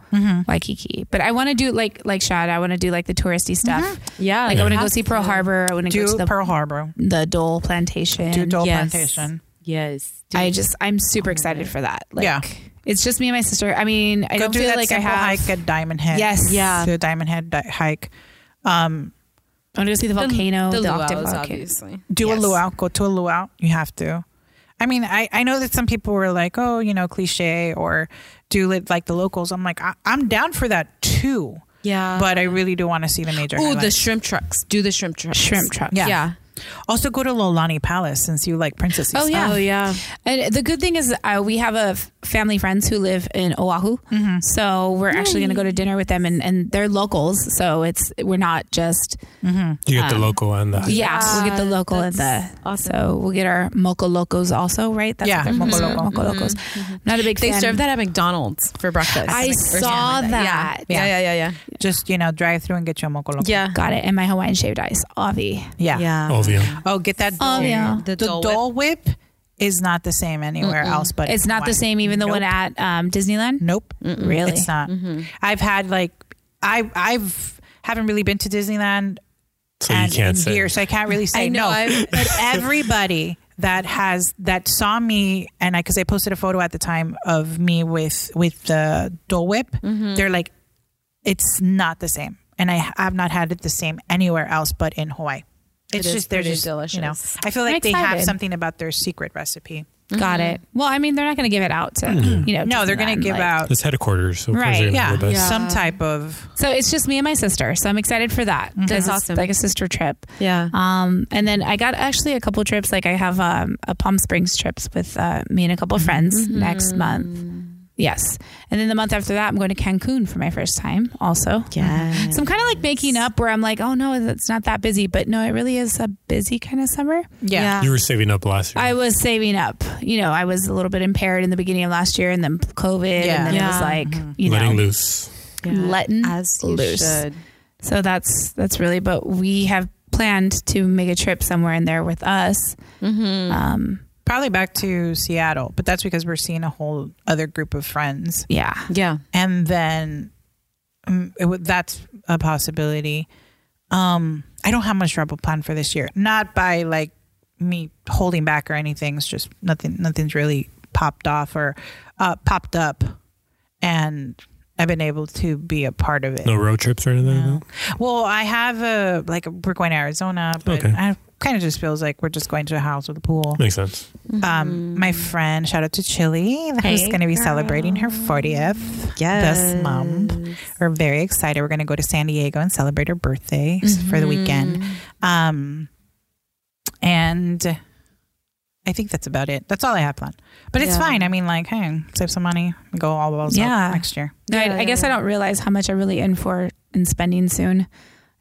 Waikiki. But I want to do like like Shad. I want to do like the touristy Mm-hmm. stuff. Yeah. Like I want to go Have see Pearl to. Harbor. I want to go Oh, Do to the Pearl Harbor. the Dole Plantation. Do Dole Yes. Plantation. Yes. I just I'm super excited for that. Like, Yeah. it's just me and my sister. I mean, I Go don't do feel that like I simple have. hike at Diamond Head. Yes. Yeah. Do a Diamond Head di- hike. Um, I want to go see the volcano, the, active luau's, volcano. obviously. do Yes. a luau. Go to a luau. You have to. I mean, I, I know that some people were like, oh, you know, cliche or do it like the locals. I'm like, I, I'm down for that too. Yeah. But I Uh-huh. really do want to see the major. oh, the highlights. shrimp trucks. Do the shrimp trucks. Shrimp truck. Yeah. Yeah. also go to Lolani Palace since you like princesses. Oh, yeah. Oh yeah. And the good thing is, uh, we have a f- family friends who live in Oahu, so we're actually going to go to dinner with them, and, and they're locals, so it's we're not just You get the local and the yeah. we'll get the local and the Ah, that's awesome. so we'll get our moco locos also, right? That's Yeah, what they're moco called, loco. moco locos. Mm-hmm. Not a big. They fan. serve that at McDonald's for breakfast. I Or saw something like that. Yeah. Yeah. Yeah. Yeah. Just you know, drive through and get your moco loco. Yeah. Got it. And my Hawaiian shaved ice, Avi. yeah, Yeah. Ovium. Oh, get that. Oh, Dole Whip. yeah. The the, Dole Dole, Whip. Whip is not the same anywhere else. But It's not the same, Hawaii. even the one Nope. at um, Disneyland. Nope, Really? it's not. Mm-hmm. I've had like I I've haven't really been to Disneyland So you and in can't say. years, so I can't really say I know, no. I've- but everybody that has that saw me and I because I posted a photo at the time of me with with the Dole Whip, they're like, it's not the same, and I have not had it the same anywhere else but in Hawaii. It's is just they're pretty just You know, delicious. I feel like they have excited. something about their secret recipe. Got it. Mm-hmm. Well, I mean, they're not going to give it out to you know. No, they're gonna Disneyland, give like- out It's headquarters. So of course Right, they're gonna yeah, do their best. Yeah. some type of So it's just me and my sister. So I'm excited for that. That's awesome. Like a sister trip. Yeah. Um, and then I got actually a couple trips. Like I have um, a Palm Springs trips with uh, me and a couple friends Mm-hmm. next month. Yes. And then the month after that, I'm going to Cancun for my first time also. Yeah. So I'm kind of like making up where I'm like, oh no, it's not that busy. But no, it really is a busy kind of summer. yeah. You were saving up last year. I was saving up. You know, I was a little bit impaired in the beginning of last year and then COVID. And Yeah. then it was Yeah. like, you know, Letting loose. letting as you loose. should. So that's that's really. But we have planned to make a trip somewhere in there with us. Mm. Um, probably back to Seattle, but that's because we're seeing a whole other group of friends, yeah, Yeah. and then mm, it, would- that's a possibility. Um, I don't have much travel planned for this year, not by like me holding back or anything. It's just nothing. Nothing's really popped off or uh, popped up, and I've been able to be a part of it. No road trips or anything. Well, I have a like we're going to Arizona, but Okay. I kind of just feels like we're just going to a house with a pool. Makes sense. Um, Mm. my friend, shout out to Chili, who's Hey, going to be celebrating her 40th this month. We're very excited. We're going to go to San Diego and celebrate her birthday s- for Mm-hmm. the weekend. Um, and I think that's about it. That's all I have planned. But it's Yeah. fine. I mean, like, hey, save some money, go all balls Yeah. out next year. No, I, Yeah, I guess yeah, I don't realize how much I'm really in for in spending soon.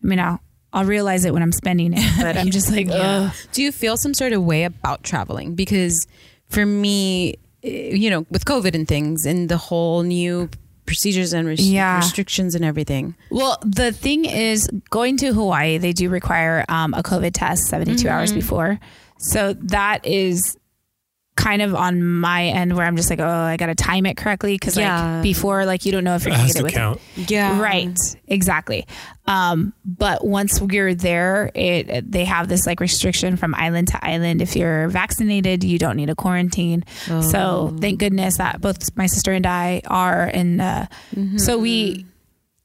I mean, I'll I'll realize it when I'm spending it, but I'm just like, ugh. Do you feel some sort of way about traveling? Because for me, eh, you know, with COVID and things and the whole new procedures and res- Yeah. restrictions and everything. Well, the thing is, going to Hawaii, they do require um, a COVID test 72 hours before. So that is kind of on my end where I'm just like, oh, I got to time it correctly. Cause Yeah. like before, like you don't know if It you're going has to get to it with count. Yeah. Right. Exactly. Um, but once you're there, it they have this like restriction from island to island. If you're vaccinated, you don't need a quarantine. Oh. So thank goodness that both my sister and I are, and uh, Mm-hmm. so we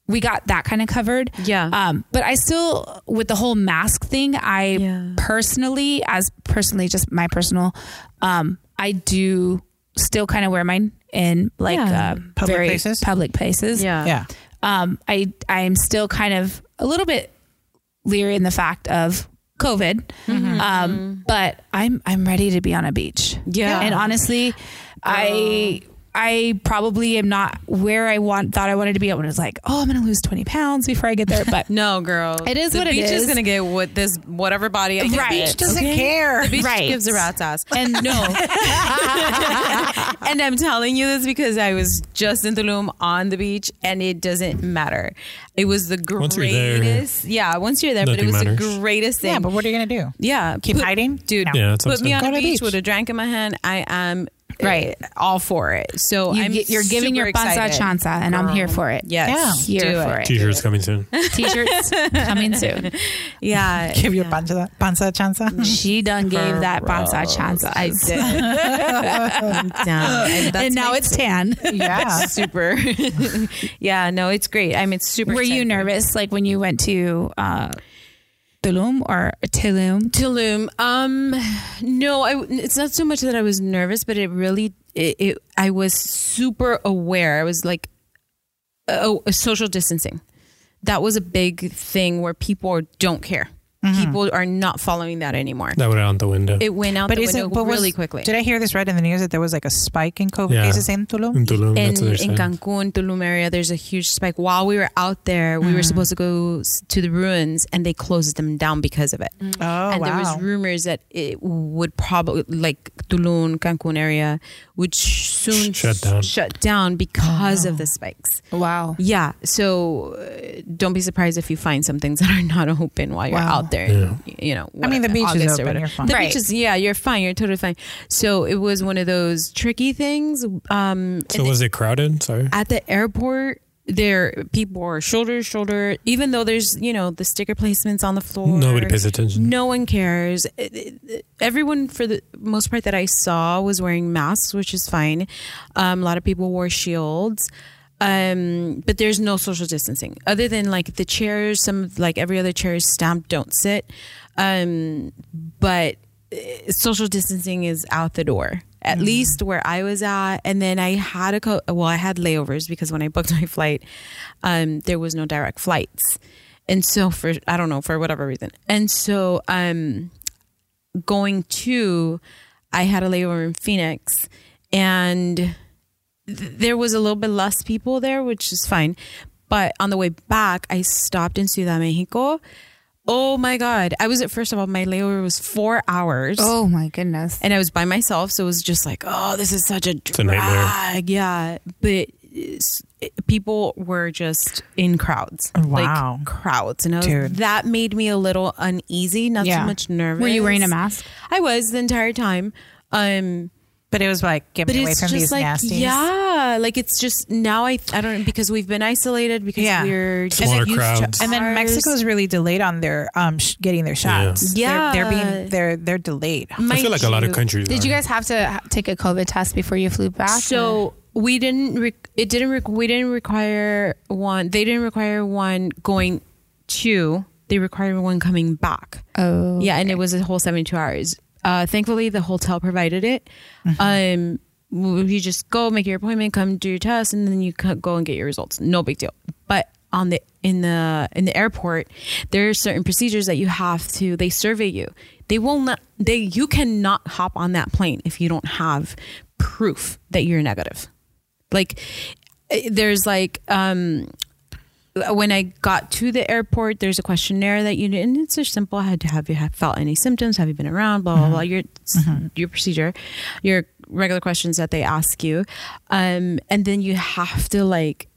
we got that kind of covered. Yeah. Um, but I still, with the whole mask thing, I Yeah. personally, as personally, just my personal, um, I do still kind of wear mine in like uh, Yeah. Public very places? public places yeah. Yeah. um, I I am still kind of a little bit leery in the fact of COVID, Mm-hmm. um, but I'm I'm ready to be on a beach. Yeah. Oh. and honestly, I. I probably am not where I want thought I wanted to be at when it was like, oh, I'm gonna lose 20 pounds before I get there. But No, girl. It is the what it beach is. is gonna get what this whatever body I get. Right. Beach Doesn't care. Beach Right. gives a rat's ass. and no, and I'm telling you this because I was just in Tulum on the beach, and it doesn't matter. It was the Once you're there, greatest. yeah, once you're there, but it nothing was matters. the greatest thing. Yeah, but what are you going to do? Yeah, Keep put- hiding? dude. No. Yeah, that's what put I'm me saying. on a Go beach, to the beach. with a drink in my hand. I am uh, Right. all for it. So you I'm get, you're giving your super panza excited. chanza, and I'm here for it. Yes, here do for it. it. T-shirts coming soon. T-shirts coming soon. Yeah, Give your panza, panza chanza. She done gave that panza chanza, I did. Damn. And, that's and now my- it's tan. Yeah. super. yeah, no, it's great. I mean, it's super. Were you excited. nervous like when you went to uh, Tulum or Tulum? Tulum. Um, no, I. It's not so much that I was nervous, but it really, it, it I was super aware. I was like, oh, social distancing. That was a big thing where people don't care. Mm-hmm. Mm-hmm. People are not following that anymore. That went out the window. It went out But the is window it? But was- really quickly. Did I hear this right in the news that there was like a spike in COVID Yeah. cases in Tulum? in Tulum, that's in, what they're in saying. Cancun, Tulum area, there's a huge spike. While we were out there, we were supposed to go s- to the ruins, and they closed them down because of it. Oh, and there was rumors that it would probably like Tulum, Cancun area would sh- soon Shut down. shut down because Oh, of the spikes. Wow. Yeah, so uh, don't be surprised if you find some things that are not open while you're Wow. out there. You know, I mean, the whatever, beach is August or open. whatever. You're fine. The Right. beach is yeah, you're fine. You're totally fine. So it was one of those tricky things. Um, So was it crowded? Sorry. at the airport there people are shoulder to shoulder even though there's you know the sticker placements on the floor Nobody pays attention. no one cares It- it- everyone for the most part that i saw was wearing masks which is fine um, a lot of people wore shields um, but there's no social distancing other than like the chairs some like every other chair is stamped don't sit um, but social distancing is out the door at least where i was at and then i had a co- well i had layovers because when i booked my flight um there was no direct flights and so for i don't know for whatever reason and so um going to i had a layover in phoenix and th- there was a little bit less people there which is fine but on the way back i stopped in ciudad mexico oh my god i was at first of all my layover was four hours Oh my goodness. and I was by myself, so it was just like, oh, this is such a drag. a nightmare. Yeah, but it's- it- people were just in crowds, Oh, Wow. like crowds, and I was, Dude. that made me a little uneasy, not Yeah. so much nervous. Were you wearing a mask? I was the entire time. Um, But it was like, get but me away it's from just these like, nasties. yeah, like it's just now. I I don't because we've been isolated because Yeah. we're just Smaller used to crowds. And then ours. Mexico's really delayed on their um sh- getting their shots. Yeah. They're, they're Yeah. being they're they're delayed. I feel Mind like a lot of you- countries. Did are. you guys have to ha- take a COVID test before you flew back? So we didn't. Re- it didn't. Re- we didn't require one. They didn't require one going to they required everyone coming back. Oh. Yeah, and it was a whole 72 hours. Uh, thankfully, the hotel provided it. Um, w- you just go make your appointment, come do your test, and then you c- go and get your results. No big deal. But on the in the in the airport, there are certain procedures that you have to. They survey you. They will not. They you cannot hop on that plane if you don't have proof that you're negative. Like eh, there's like um when I got to the airport, there's a questionnaire that you did, and it's just simple. Had to have you have felt any symptoms? Have you been around? Blah blah blah. Your your procedure, your regular questions that they ask you, um, and then you have to like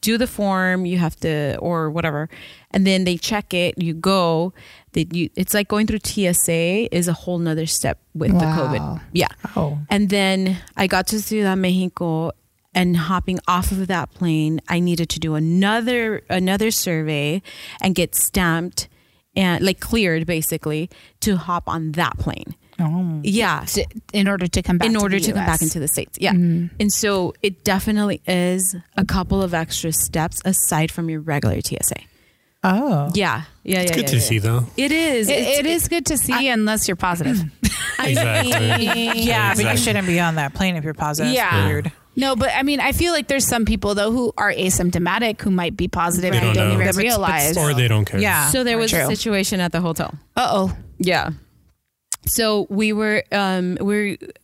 do the form. You have to or whatever, and then they check it. You go. That you, it's like going through TSA is a whole nother step with the Wow. COVID. Yeah. Oh. And then I got to Ciudad Mexico and hopping off of that plane, I needed to do another another survey and get stamped and like cleared basically to hop on that plane. Yeah. To- in order to come back In to order the to come back US. into the States. Yeah. Mm. And so it definitely is a couple of extra steps aside from your regular TSA. Oh. Yeah. Yeah. It's yeah, good yeah, to yeah. see, though. It is. It's- It, it is good to see unless you're positive. Exactly. Yeah, but Exactly. you shouldn't be on that plane if you're positive. Yeah. It's weird. No, but I mean, I feel like there's some people though who are asymptomatic who might be positive They and don't don't know. even But- but realize. or they don't care. Yeah. so there was True. a situation at the hotel. Uh oh. Yeah. So we were, um, we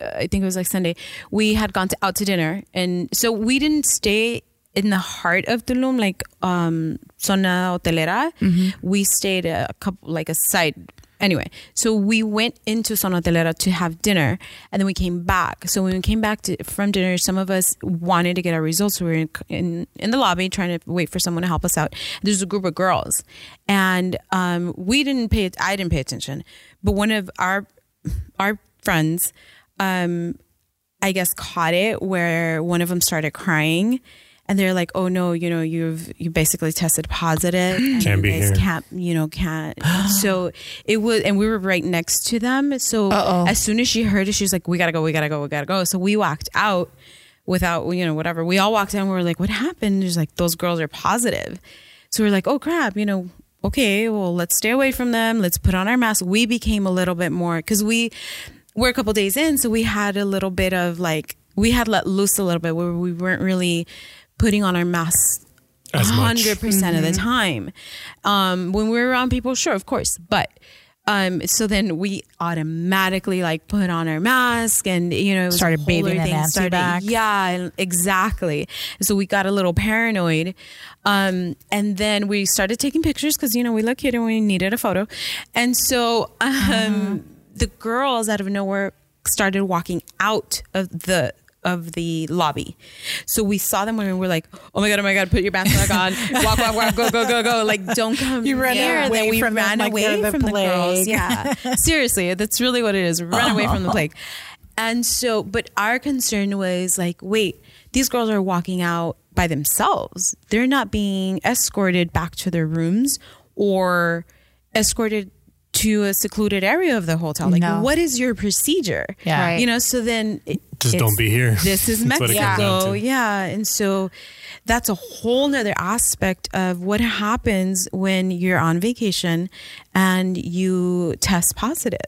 were, I think it was like Sunday. We had gone to, out to dinner, and so we didn't stay in the heart of Tulum, like um, zona hotelera. We stayed a couple, like a side. Anyway, so we went into zona hotelera to have dinner, and then we came back. So when we came back to, from dinner, some of us wanted to get our results. We were in, in in the lobby trying to wait for someone to help us out. There's a group of girls, and um, we didn't pay. I didn't pay attention, but one of our our friends, um, I guess, caught it where one of them started crying, and they're like, "Oh no, you know, you've you basically tested positive. and Can't you be guys here." Can't you know? Can't." so it was, and we were right next to them. So as soon as she heard it, she was like, "We gotta go. We gotta go. We gotta go." So we walked out without you know whatever. We all walked out and we were like, "What happened?" There's like those girls are positive. So we're like, "Oh crap!" You know. Okay, well, let's stay away from them. Let's put on our masks. We became a little bit more because we we're a couple days in, so we had a little bit of like we had let loose a little bit where we weren't really putting on our masks As much. 100% of the Mm-hmm. time. Um, when we're around people, sure, of course, but um, so then we automatically like put on our mask and you know it was a Started whole bathing other in thing. Nancy back. Yeah, and- exactly. So we got a little paranoid, um, and then we started taking pictures because you know we look cute and we needed a photo, and so um, Mm-hmm. the girls out of nowhere started walking out of the of the lobby. So we saw them when we were like, "Oh my god, oh my god, put your mask back on, walk, walk, walk, go, go, go, go!" Like, don't come You ran near. And away then we from them ran like away they're the from the girls. plague. Yeah, seriously, that's really what it is. Run away Uh-huh. from the plague. And so, but our concern was like, wait, these girls are walking out by themselves. They're not being escorted back to their rooms or escorted to a secluded area of the hotel. Like, No. what is your procedure? Yeah. Right. You know, so then it- Just it's- don't be here. This is That's what it comes down Mexico. to. Yeah. And so that's a whole nother aspect of what happens when you're on vacation and you test positive.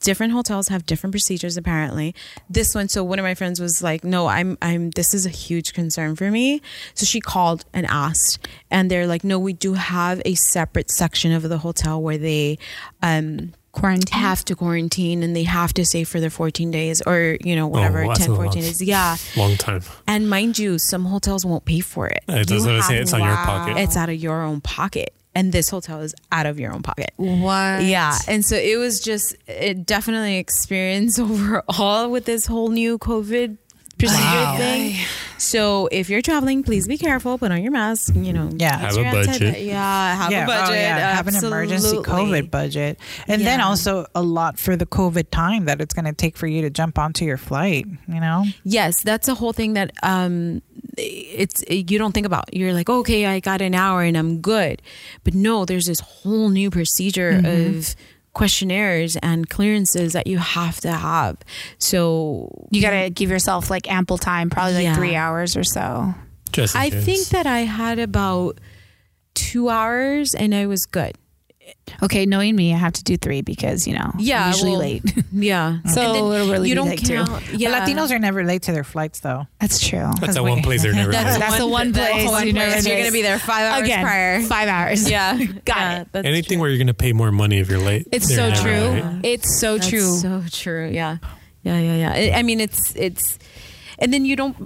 Different hotels have different procedures apparently. This one, so one of my friends was like, No, I'm I'm this is a huge concern for me. So she called and asked and they're like, No, we do have a separate section of the hotel where they um Quarantine. have to quarantine and they have to stay for their 14 days or you know whatever Oh, wow, Oh, that's 10 a lot. 14 days yeah Long time. and mind you some hotels won't pay for it It does You what I say. have- It's on your pocket. it's out of your own pocket and this hotel is out of your own pocket What? yeah and so it was just it definitely an experience overall with this whole new covid procedure Wow. thing so if you're traveling please be careful put on your mask you know Yeah. get Have a your anti- budget. yeah have yeah, a oh, budget yeah, have an emergency absolutely. COVID budget, and then Yeah. also a lot for the COVID time that it's going to take for you to jump onto your flight. You know, Yes, that's a whole thing that um, it's you don't think about. You're like, okay, I got an hour and I'm good, but no, there's this whole new procedure Mm-hmm. of questionnaires and clearances that you have to have. So You gotta give yourself like ample time, probably like Yeah. three hours or so. Just in I case. think that I had about two hours and I was good. Okay, knowing me, I have to do three because you know, Yeah, I'm usually well- late. Yeah. So And then it'll really you be don't like two. count. Yeah. But Latinos are never late to their flights, though. That's true. That's that we- one place they're never. That's late. That's the one that's place one you know place. it You're is. gonna be there five hours Again, prior. five hours. Yeah. got Yeah, it. that's Anything where you're gonna pay more money if you're late. It's they're so never true. late. It's so That's true. So true. Yeah. Yeah. Yeah. Yeah. I- I mean, it's it's, and then you don't.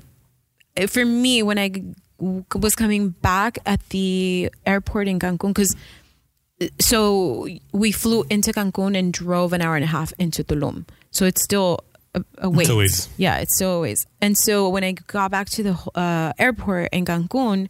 Uh, For me, when I g- was coming back at the airport in Cancun, because so we flew into Cancun and drove an hour and a half into Tulum. So it's still a, a wait. always- Yeah, it's still a ways. And so when I got back to the uh, airport in Cancun,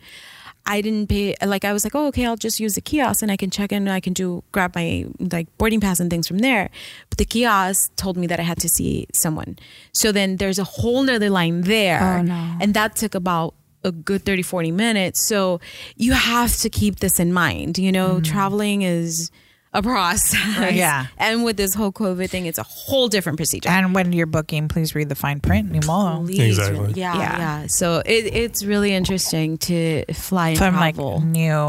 I didn't pay. Like I was like, oh, okay, I'll just use the kiosk and I can check in. and I can do grab my like boarding pass and things from there. But the kiosk told me that I had to see someone. So then there's a whole nother line there, Oh, no. and that took about a good 30 40 minutes so you have to keep this in mind you know traveling is a process Mm-hmm. Right. Yeah. and with this whole covid thing it's a whole different procedure And when you're booking, please read the fine print. Numolo. Please, Exactly. Yeah, Yeah. yeah. So it, it's really interesting to fly and So I'm like mm-hmm. travel. new.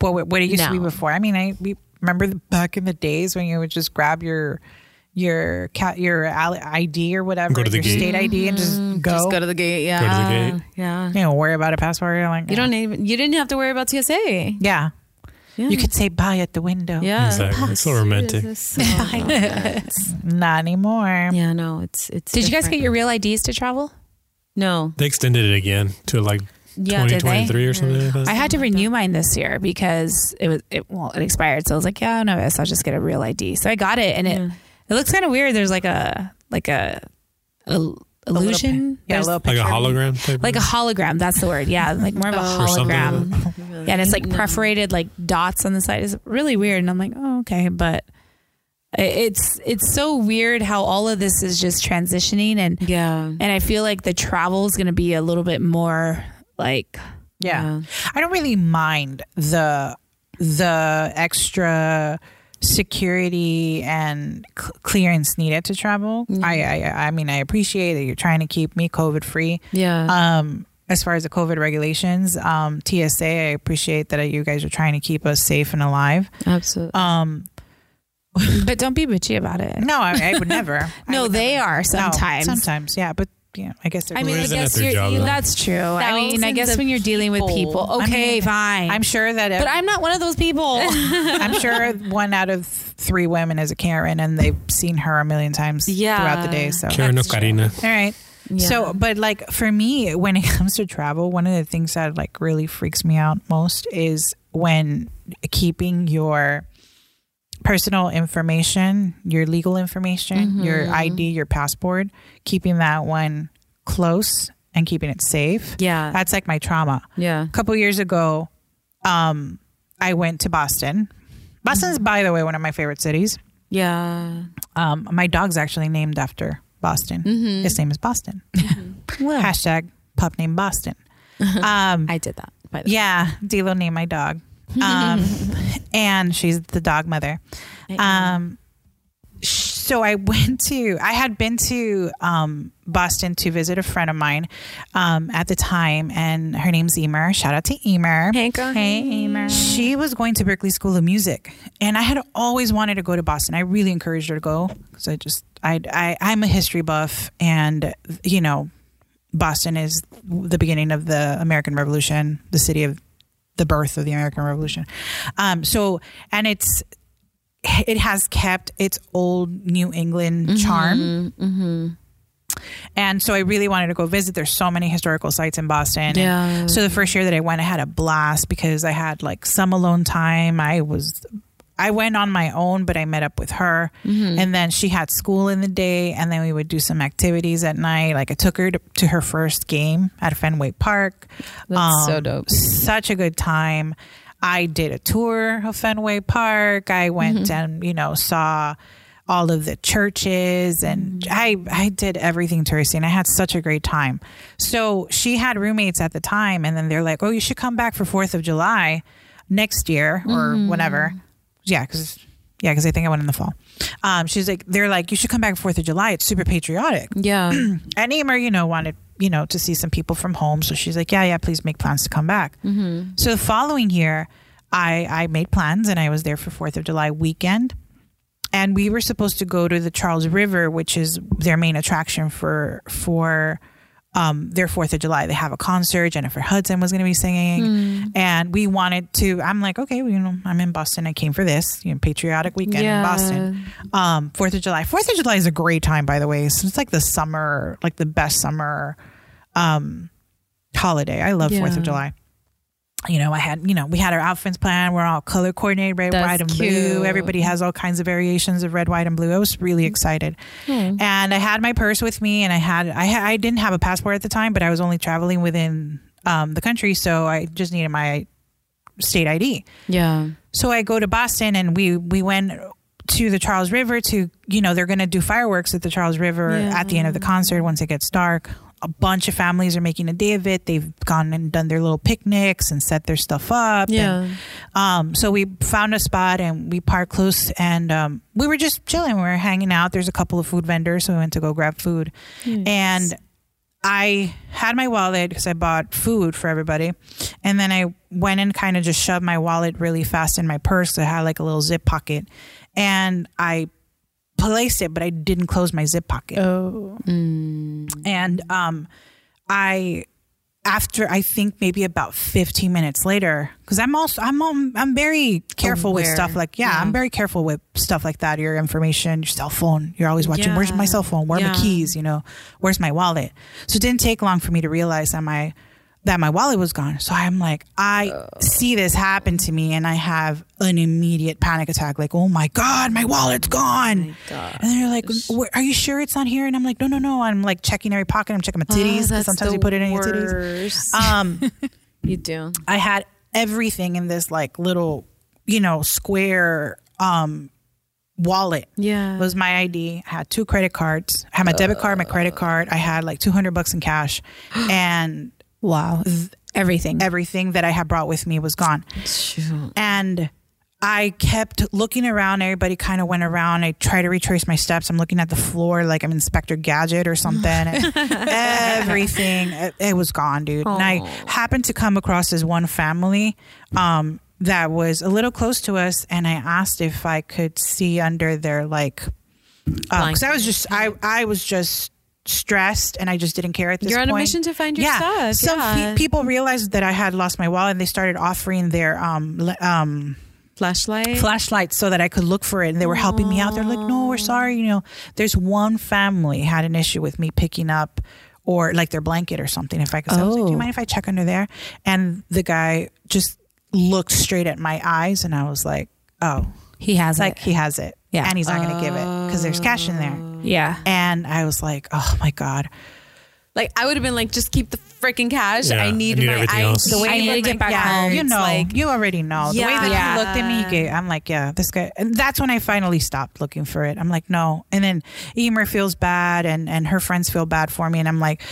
What what what it used to be No. before. I mean, I we remember the, back in the days when you would just grab your your cat your al- ID or whatever, Go to the your gate. state ID, and just go. Mm-hmm. Just go to the gate. Yeah. gate. Yeah. you don't worry about a passport. You're like, You don't even. You didn't have to worry about TSA. Yeah. Yeah. Yeah. You could say bye at the window. Exactly. It's so romantic. This is so romantic. Not anymore. Oh, yeah. No. It's it's. Did you guys get different. your real IDs to travel? No. They extended it again to like Yeah. did they? 2023 or something like that. I had to renew mine this year because it was it well it expired. So I was like, yeah, no, I'll just get a real ID. So I got it, and it Yeah. it looks kind of weird. There's like a like a, a illusion, Yeah, a There's- little like picture. a hologram type. like a of- hologram. That's the word. Yeah, like more of a Oh. or something like hologram. that. Yeah, and it's like Mm-hmm. perforated like dots on the side. It's really weird, and I'm like, oh, okay, but i- it's it's so weird how all of this is just transitioning, and Yeah. and I feel like the travel is going to be a little bit more like yeah. I don't really mind the the extra security and cl- clearance needed to travel. Mm-hmm. I, I I mean I appreciate that you're trying to keep me COVID free. Yeah. Um, as far as the COVID regulations, um, TSA, I appreciate that you guys are trying to keep us safe and alive. Absolutely. Um, But don't be bitchy about it. no, I, I would never. I No, would they never. are No, sometimes. sometimes, yeah, but yeah, I guess they're I mean, I Well, isn't that guess their you're, job, you, though? that's true. I mean, I Thousands guess of when you're dealing with people, people. okay, mean, fine. I'm sure that but every, I'm not one of those people. I'm sure one out of three women is a Karen, and they've seen her a million times Yeah. throughout the day. So, Karen Ocarina. all right. Yeah. So, but like for me, when it comes to travel, one of the things that like really freaks me out most is when keeping your personal information, your legal information, Mm-hmm. your ID, your passport, keeping that one close and keeping it safe. Yeah. That's like my trauma yeah. a couple years ago, um, I went to Boston. Boston's, by the way, one of my favorite cities. Yeah. Um, my dog's actually named after Boston. Mm-hmm. His name is Boston. Hashtag pup named Boston. Um, I did that. By the yeah, Dilo named my dog. Um, and she's the dog mother. way. Um, sh- so I went to, I had been to um, Boston to visit a friend of mine um, at the time, and her name's Emer. Shout out to Emer. Hey, girl. Hey, Emer. She was going to Berkeley School of Music, and I had always wanted to go to Boston. I really encouraged her to go because I just, I, I, I'm a history buff, and you know, Boston is the beginning of the American Revolution, the city of the birth of the American Revolution. Um, so, and it's it has kept its old New England Mm-hmm. charm. And so I really wanted to go visit. There's so many historical sites in Boston. And Yeah. so the first year that I went, I had a blast because I had like some alone time. I was, I went on my own, but I met up with her. And then she had school in the day. And then we would do some activities at night. Like I took her to, to her first game at Fenway Park. That's so dope. Um, Such a good time. I did a tour of Fenway Park. I went Mm-hmm. and, you know, saw all of the churches and Mm-hmm. I I did everything touristy and I had such a great time. So she had roommates at the time and then they're like, "Oh, you should come back for 4th of July next year or Mm-hmm. whenever." Yeah, cuz yeah, cuz I think I went in the fall. Um she's like they're like, "You should come back for 4th of July. It's super patriotic." yeah. and Emer, you know, wanted you know to see some people from home, so she's like, "Yeah, yeah, please make plans to come back." So the following year, I I made plans and I was there for Fourth of July weekend, and we were supposed to go to the Charles River, which is their main attraction for for. Um, their Fourth of July, they have a concert. Jennifer Hudson was going to be singing, and we wanted to. I'm like, okay, well, you know, I'm in Boston. I came for this, you know, patriotic weekend in Boston. Um, Fourth of July. Fourth of July is a great time, by the way. So it's like the summer, like the best summer um, holiday. I love Fourth Yeah. of July. You know, I had you know we had our outfits planned. We're all color coordinated, red, That's white, and blue. cute. Everybody has all kinds of variations of red, white, and blue. I was really excited, and I had my purse with me, and I had I ha- I didn't have a passport at the time, but I was only traveling within um, the country, so I just needed my state ID. Yeah. So I go to Boston and we we went to the Charles River to you know they're going to do fireworks at the Charles River Yeah. at the end of the concert once it gets dark. A bunch of families are making a day of it. They've gone and done their little picnics and set their stuff up. Yeah. And, um, so we found a spot and we parked close and um, we were just chilling. We were hanging out. There's a couple of food vendors, so we went to go grab food. And I had my wallet because I bought food for everybody. And then I went and kind of just shoved my wallet really fast in my purse. I had like a little zip pocket. And I placed it, but I didn't close my zip pocket. Oh, And um, I after I think maybe about 15 minutes later, because I'm also I'm um, I'm very careful with Aware. stuff like yeah, Yeah. I'm very careful with stuff like that. Your information, your cell phone. You're always watching. Where's my Yeah. cell phone? Where are Yeah. my keys? You know, where's my wallet? So it didn't take long for me to realize that my that my wallet was gone. So I'm like, I see this happen to me, and I have an immediate panic attack. Like, oh my god, my wallet's gone. And they're like, "Where- are you sure it's not here? And I'm like, no, no, no. I'm like checking every pocket. I'm Ah, checking my titties. 'cause sometimes you put it in your titties. Um, You do. I had everything in this like little, you know, square um wallet. Yeah. It was my ID. I had two credit cards. I had my debit card, my credit card. I had like 200 bucks in cash and wow. Everything. everything that I had brought with me was gone. And I kept looking around. Everybody kind of went around. I tried to retrace my steps. I'm looking at the floor like I'm Inspector Gadget or something. And everything, it, it was gone, dude. And I happened to come across this one family um, that was a little close to us. And I asked if I could see under their like, because I was just, I, I was just stressed and I just didn't care at this You're point. on a mission to find your stuff. Some pe- Yeah. people realized that I had lost my wallet and they started offering their um le- um Flashlight. flashlights so that I could look for it and they were helping me out. They're like, "No, we're sorry, you know, there's one family had an issue with me picking up or like their blanket or something if I could so I was like, "Do Oh. you mind if I check under there?" And the guy just looked straight at my eyes and I was like, "Oh, He has it's like it. he has it." Yeah. Oh. And he's not going to give it cuz there's cash in there. Yeah. And I was like, "Oh my god." like I would have been like, just keep the freaking cash. Yeah, I need I need my everything ID. else. The way I need and to get my back home. you cards, know, like- you already know. The way that Yeah. he looked at me, he gave, I'm like, yeah, this guy. And that's when I finally stopped looking for it. I'm like, no. And then Emer feels bad, and and her friends feel bad for me, and I'm like,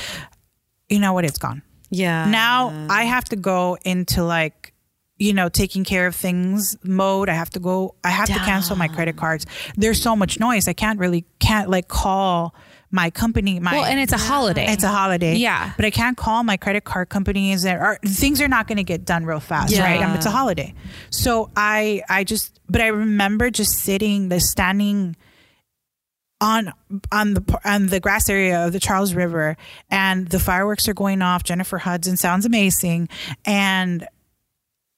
you know what? It's gone. yeah. Now Um. I have to go into like, you know, taking care of things mode. I have to go. I have to cancel my credit cards. There's so much noise. I can't really can't like call my company. My Well, and it's a holiday. it's a holiday. Yeah. But I can't call my credit card companies that are things are not going to get done real fast, Yeah. right? Um, it's a holiday. So I I just but I remember just sitting the standing on on the par- on the grass area of the Charles River and the fireworks are going off. Jennifer Hudson sounds amazing and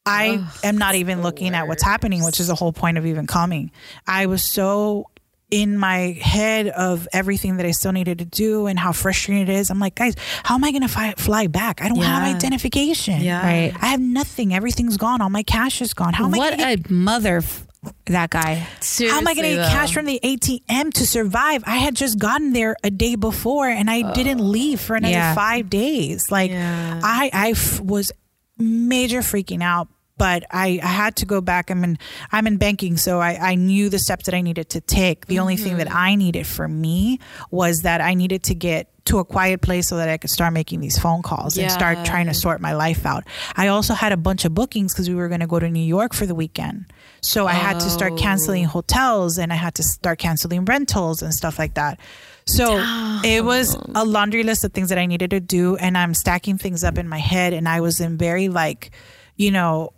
I am not even looking at what's happening, which is the whole point of even coming. I was so in my head of everything that I still needed to do and how frustrating it is. I'm like, guys, how am I going to fi- fly back? I don't Yeah. have identification. Yeah. Right. I have nothing. Everything's gone. All my cash is gone. How am I what gonna get- a mother. F- that guy. how am I going to get cash from the ATM to survive? I had just gotten there a day before and I didn't leave for another Yeah. five days. Like Yeah. I, I f- was major freaking out, but I, I had to go back. I'm in, I'm in banking, so I, I knew the steps that I needed to take. The only thing that I needed for me was that I needed to get to a quiet place so that I could start making these phone calls and start Yeah. trying to sort my life out. I also had a bunch of bookings because we were going to go to New York for the weekend. So I had to start canceling hotels and I had to start canceling rentals and stuff like that. So it was a laundry list of things that I needed to do. And I'm stacking things up in my head. And I was in very, like, you know,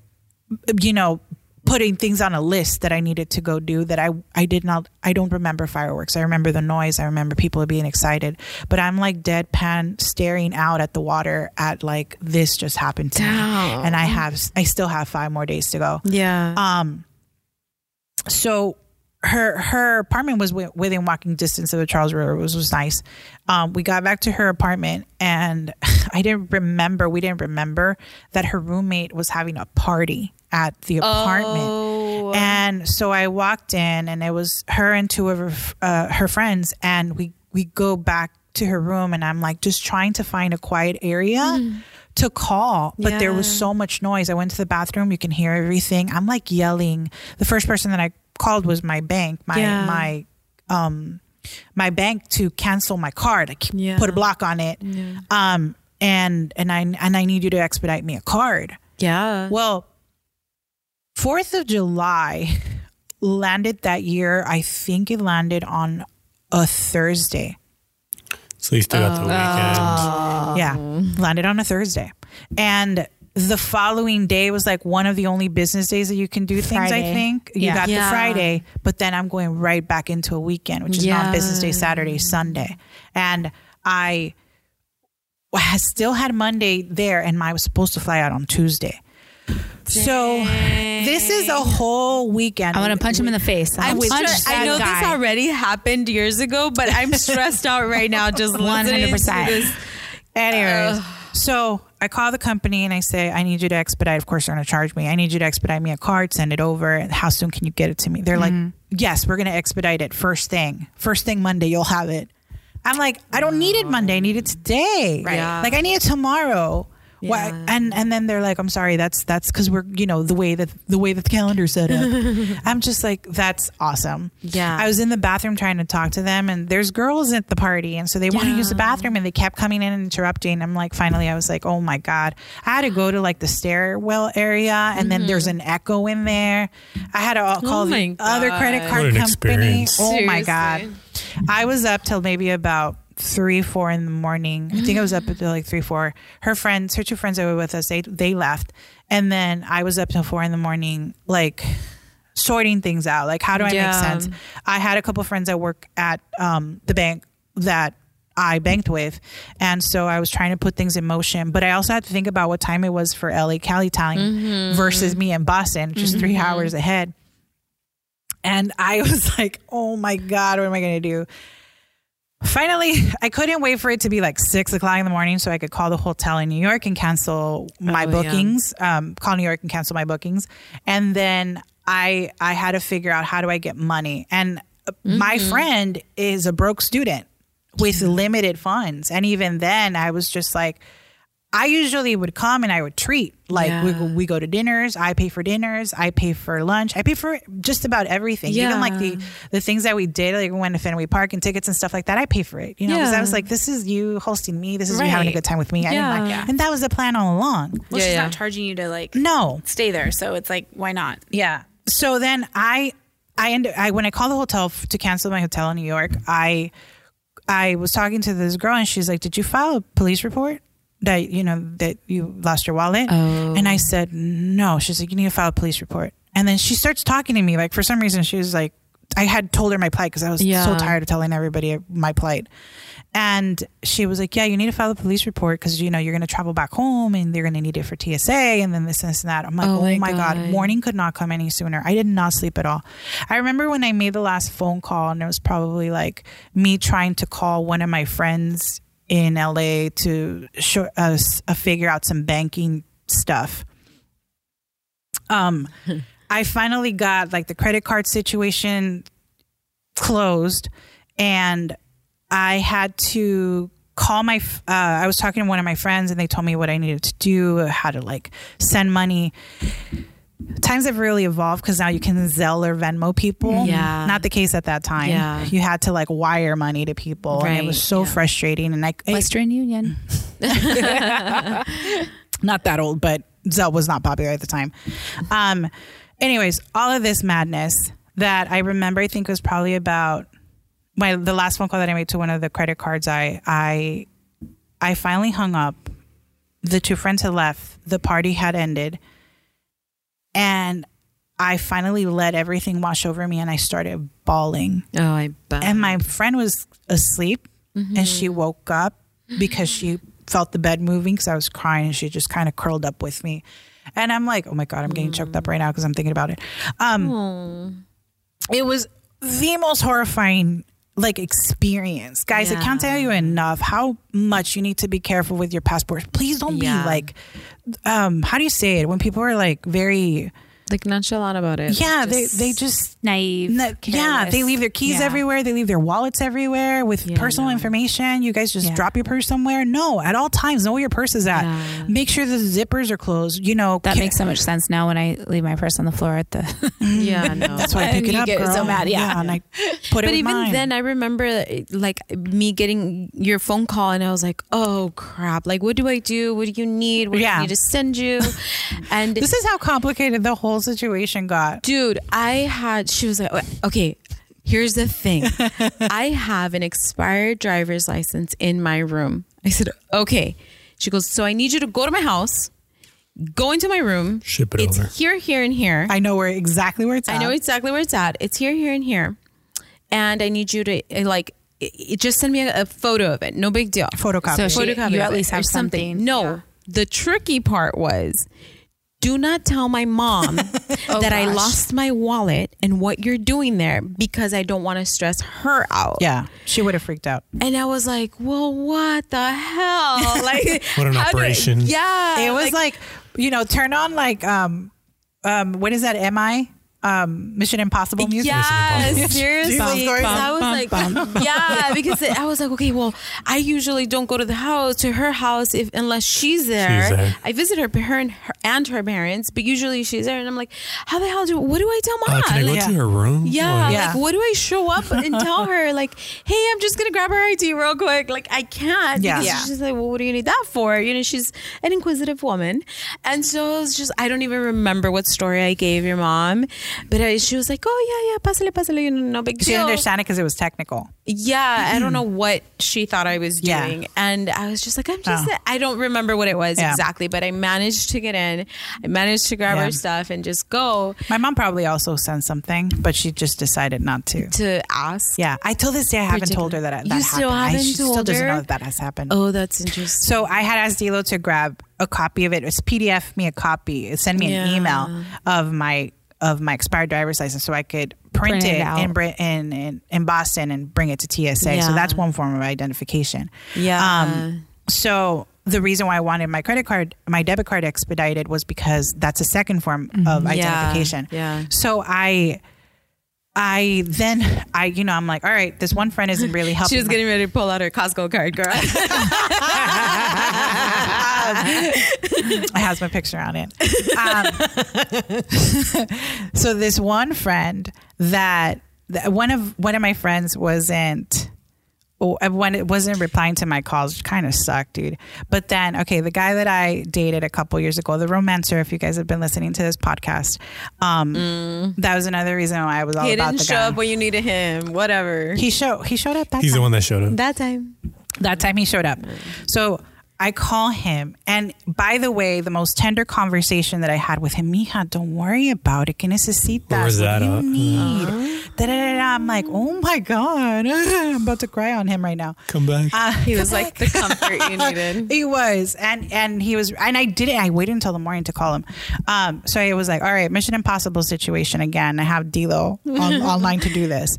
you know, putting things on a list that I needed to go do that I I did not I don't remember fireworks. I remember the noise. I remember people being excited, but I'm like deadpan staring out at the water at like this just happened to me, and I have I still have five more days to go. Yeah. Um, so her her apartment was wi- within walking distance of the Charles River, which was nice. Um, we got back to her apartment, and I didn't remember. We didn't remember that her roommate was having a party at the apartment. And so I walked in, and it was her and two of her, f- uh, her friends, and we we go back to her room, and I'm like just trying to find a quiet area. To call, but there was Yeah. so much noise. I went to the bathroom. You can hear everything. I'm like yelling. The first person that I called was my bank, my Yeah. my um my bank to cancel my card. Like Yeah. put a block on it. Um and and I and I need you to expedite me a card. yeah. Well, 4th of July landed that year. I think it landed on a Thursday. So you still got Oh. the weekend. Yeah, Um, landed on a Thursday. And the following day was like one of the only business days that you can do things, I Friday. think. You Yeah. got Yeah. the Friday, but then I'm going right back into a weekend, which is Yeah. non business day, Saturday, Sunday. And I I still had Monday there, and I was supposed to fly out on Tuesday. So this is a whole weekend. I want to punch him in the face. I I'm punch stressed. I that know guy. this already happened years ago, but I'm stressed out right now. Just one hundred 100%. percent. Anyways, so I call the company and I say, I need you to expedite. Of course, they're going to charge me. I need you to expedite me a card, send it over. How soon can you get it to me? They're like, Mm-hmm. Yes, we're going to expedite it first thing. First thing Monday, you'll have it. I'm like, I don't need it Monday. I need it today. Right. Yeah. Like, I need it tomorrow. Why? And and then they're like, I'm sorry, that's that's because we're you know the way that the way that the calendar's set up. I'm just like, that's awesome. Yeah. I was in the bathroom trying to talk to them, and there's girls at the party, and so they want to use the bathroom, and they kept coming in and interrupting. I'm like, finally, I was like, oh my god, I had to go to like the stairwell area, and then there's an echo in there. I had to all call the Mm-hmm. Oh my other credit God. card What an company. experience. Oh Seriously. my god, I was up till maybe about three, four in the morning. I think I was up until like three, four. Her friends, her two friends that were with us, they they left, and then I was up till four in the morning, like sorting things out. Like, how do I Yeah. make sense? I had a couple friends that work at um, the bank that I banked with, and so I was trying to put things in motion. But I also had to think about what time it was for LA Cali time versus me in Boston, just three hours ahead. And I was like, oh my God, what am I going to do? Finally, I couldn't wait for it to be like six o'clock in the morning so I could call the hotel in New York and cancel my Oh, yeah. bookings. Um, call New York and cancel my bookings, and then I I had to figure out how do I get money. And uh, my Mm-hmm. friend is a broke student with limited funds, and even then, I was just like, I usually would come and I would treat. Like we, Yeah. we go to dinners, I pay for dinners, I pay for lunch, I pay for just about everything. Even like the the things that we did, like we went to Fenway Park and tickets and stuff like that, I pay for it. You know, because I Yeah. was like, this is you hosting me, this is you having a Right. good time with me. I didn't Yeah. mind. And that was the plan all along. Well, Yeah, she's yeah. not charging you to like No. stay there, so it's like why not? Yeah. So then I, I end. I when I called the hotel f- to cancel my hotel in New York, I, I was talking to this girl and she's like, "Did you file a police report that you know that you lost your wallet?" And I said, "No." She's like, "You need to file a police report." And then she starts talking to me like for some reason she was like, I had told her my plight because I was Yeah. so tired of telling everybody my plight. And she was like, "Yeah, you need to file a police report because you know you're going to travel back home, and they're going to need it for TSA, and then this, this, and that." I'm like, "Oh, Oh my my god. God. morning could not come any sooner." I did not sleep at all. I remember when I made the last phone call, and it was probably like me trying to call one of my friends in LA to show, uh, s- uh, figure out some banking stuff. Um, I finally got like the credit card situation closed and I had to call my f- uh, I was talking to one of my friends and they told me what I needed to do, how to like send money. Times have really evolved because now you can Zelle or Venmo people. Yeah. Not the case at that time. Yeah. You had to like wire money to people and it Right, was so yeah. frustrating and I it, Western Union. not that old, but Zelle was not popular at the time. Um anyways, all of this madness that I remember I think was probably about my the last phone call that I made to one of the credit cards, I I I finally hung up. The two friends had left. The party had ended, I finally let everything wash over me and I started bawling. Oh, I bet. And my friend was asleep and Mm-hmm. she woke up because she felt the bed moving because I was crying and she just kind of curled up with me. And I'm like, oh my God, I'm getting choked up right now because I'm thinking about it. Um, Oh. It was the most horrifying like experience. Guys, I can't Yeah. tell you enough how much you need to be careful with your passports. Please don't Yeah. be like, um, how do you say it? When people are like very, like nonchalant about it. yeah, they, they just Naive. no, yeah, they careless. leave their keys Yeah. everywhere. They leave their wallets everywhere with Yeah, personal no. information. You guys just Yeah. drop your purse somewhere. No, at all times, know where your purse is at. Yeah. Make sure the zippers are closed. You know, That ca- makes so much sense now when I leave my purse on the floor at the. Yeah, no. that's why I pick And it you up. get girl. so mad, yeah. and I put it. But with even mine. then, I remember like me getting your phone call, and I was like, "Oh crap! Like, what do I do? What do you need? What do Yeah. I need to send you?" And this is how complicated the whole situation got. dude, I had. She was like, "Oh, "Okay, here's the thing. I have an expired driver's license in my room." I said, "Okay." She goes, "So I need you to go to my house, go into my room. Ship it it's over. here, here, and here. I know where exactly where it's at. I know exactly where it's at. It's here, here, and here. And I need you to uh, like i i- just send me a, a photo of it. No big deal. Photocopy. So she- Photocopy you of at it least or have something. No, Yeah. the tricky part was. Do not tell my mom that I Oh, gosh. lost my wallet and what you're doing there because I don't want to stress her out. yeah, she would have freaked out. And I was like, well, what the hell? Like, What an how do- operation. yeah. It was like, you know, turn on like um um what is that? MI um Mission Impossible music. Mission Yes, Impossible. seriously. Jesus Christ. I was Bum, like, bum, yeah, because I was like, okay, well, I usually don't go to the house to her house if unless she's there. She's there. I visit her parent her, and her parents, but usually she's there, and I'm like, how the hell do? What do I tell mom? Uh, can I go Like, to her room? Oh, yeah, Like, Oh, Yeah. like what do I show up and tell her? Like, hey, I'm just gonna grab her ID real quick. Like, I can't. Yeah. because Yeah. She's like, well, what do you need that for? You know, she's an inquisitive woman, and so it's just I don't even remember what story I gave your mom, but I, she was like, oh yeah, yeah, pasale, pasale, you know, no big She deal. didn't understand it because it was technical. Yeah, I don't know what she thought I was Yeah. doing. And I was just like, I'm just, Oh. I don't remember what it was Yeah. exactly, but I managed to get in. I managed to grab Yeah. her stuff and just go My mom probably also sent something, but she just decided not to. to ask. Yeah, I till this day I haven't told her that that You happened. still I, haven't she still told doesn't her? know that that has happened. Oh, that's interesting. So I had asked Dilo to grab a copy of it. It was PDF me a copy, send me an Yeah. email of my of my expired driver's license so I could print, Print it it, out. in, Brit- in in in Boston and bring it to TSA. So Yeah. that's one form of identification. Yeah. Um, so the reason why I wanted my credit card, my debit card expedited was because that's a second form of identification. Mm-hmm. Yeah. So I, I then I, you know, I'm like, all right, this one friend isn't really helping. She was my- getting ready to pull out her Costco card, girl. it Um, has my picture on it. Um, so this one friend that that one of one of my friends wasn't oh, when it wasn't replying to my calls, which kind of sucked, dude. But then, okay, the guy that I dated a couple years ago, the romancer, if you guys have been listening to this podcast, um, that was another reason why I was all Mm. he about didn't the show guy. up when you needed him, whatever. he showed he showed up that He's time. the one that showed up. That time. That time he showed up. So I call him. And by the way, the most tender conversation that I had with him, mija, don't worry about it. Que necesitas? Where was what that do you at? need? Uh-huh. Da, da, da, da. I'm like, oh my God. I'm about to cry on him right now. Come back. He was like the comfort you needed. He was, and and he was, and I didn't. I waited until the morning to call him. Um, so I was like, all right, Mission Impossible situation again. I have Dilo on, online to do this.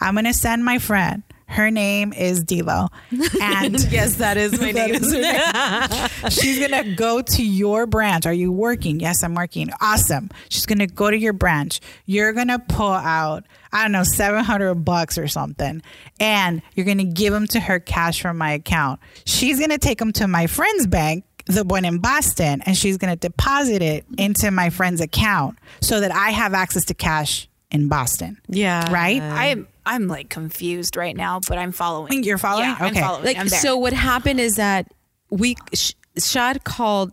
I'm gonna send my friend. Her name is Dilo, and Yes, that is my That name. is her name. She's gonna go to your branch. Are you working? Yes, I'm working. Awesome. She's gonna go to your branch. You're gonna pull out, I don't know, seven hundred bucks or something, and you're gonna give them to her cash from my account. She's gonna take them to my friend's bank. The one in Boston, and she's gonna deposit it into my friend's account so that I have access to cash in Boston. Yeah. Right? I'm I'm like confused right now, but I'm following. You're following? Yeah, I'm Okay. following. like I'm there. so what happened is that we Sh- shad called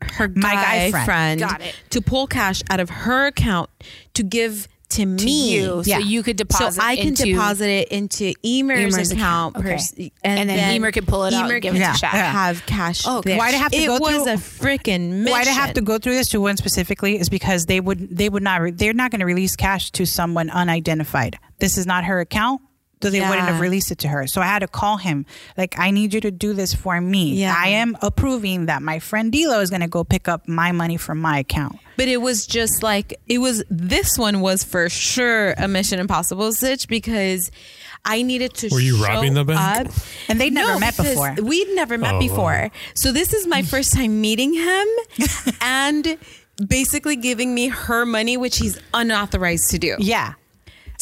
her guy, My guy friend. friend, Got it. to pull cash out of her account to give to me. you, so Yeah. you could So deposit I can into- deposit it into Emer's, Emer's account, account, okay. pers- And then Emer can pull it out and give it to can Shaq. Have cash. Oh, there. why'd I have to it go was through- a freaking mission. Why they have to go through this to one specifically is because they would they would not re- they're not going to release cash to someone unidentified. This is not her account. So they wouldn't Yeah. have released it to her. So I had to call him. Like, I need you to do this for me. Yeah. I am approving that my friend Dilo is gonna go pick up my money from my account. But it was just like it was. This one was for sure a Mission Impossible sitch because I needed to. Were you show robbing the bank? up. And they'd never No, met because before. We'd never met Oh, wow. before, so this is my first time meeting him, and basically giving me her money, which he's unauthorized to do. Yeah.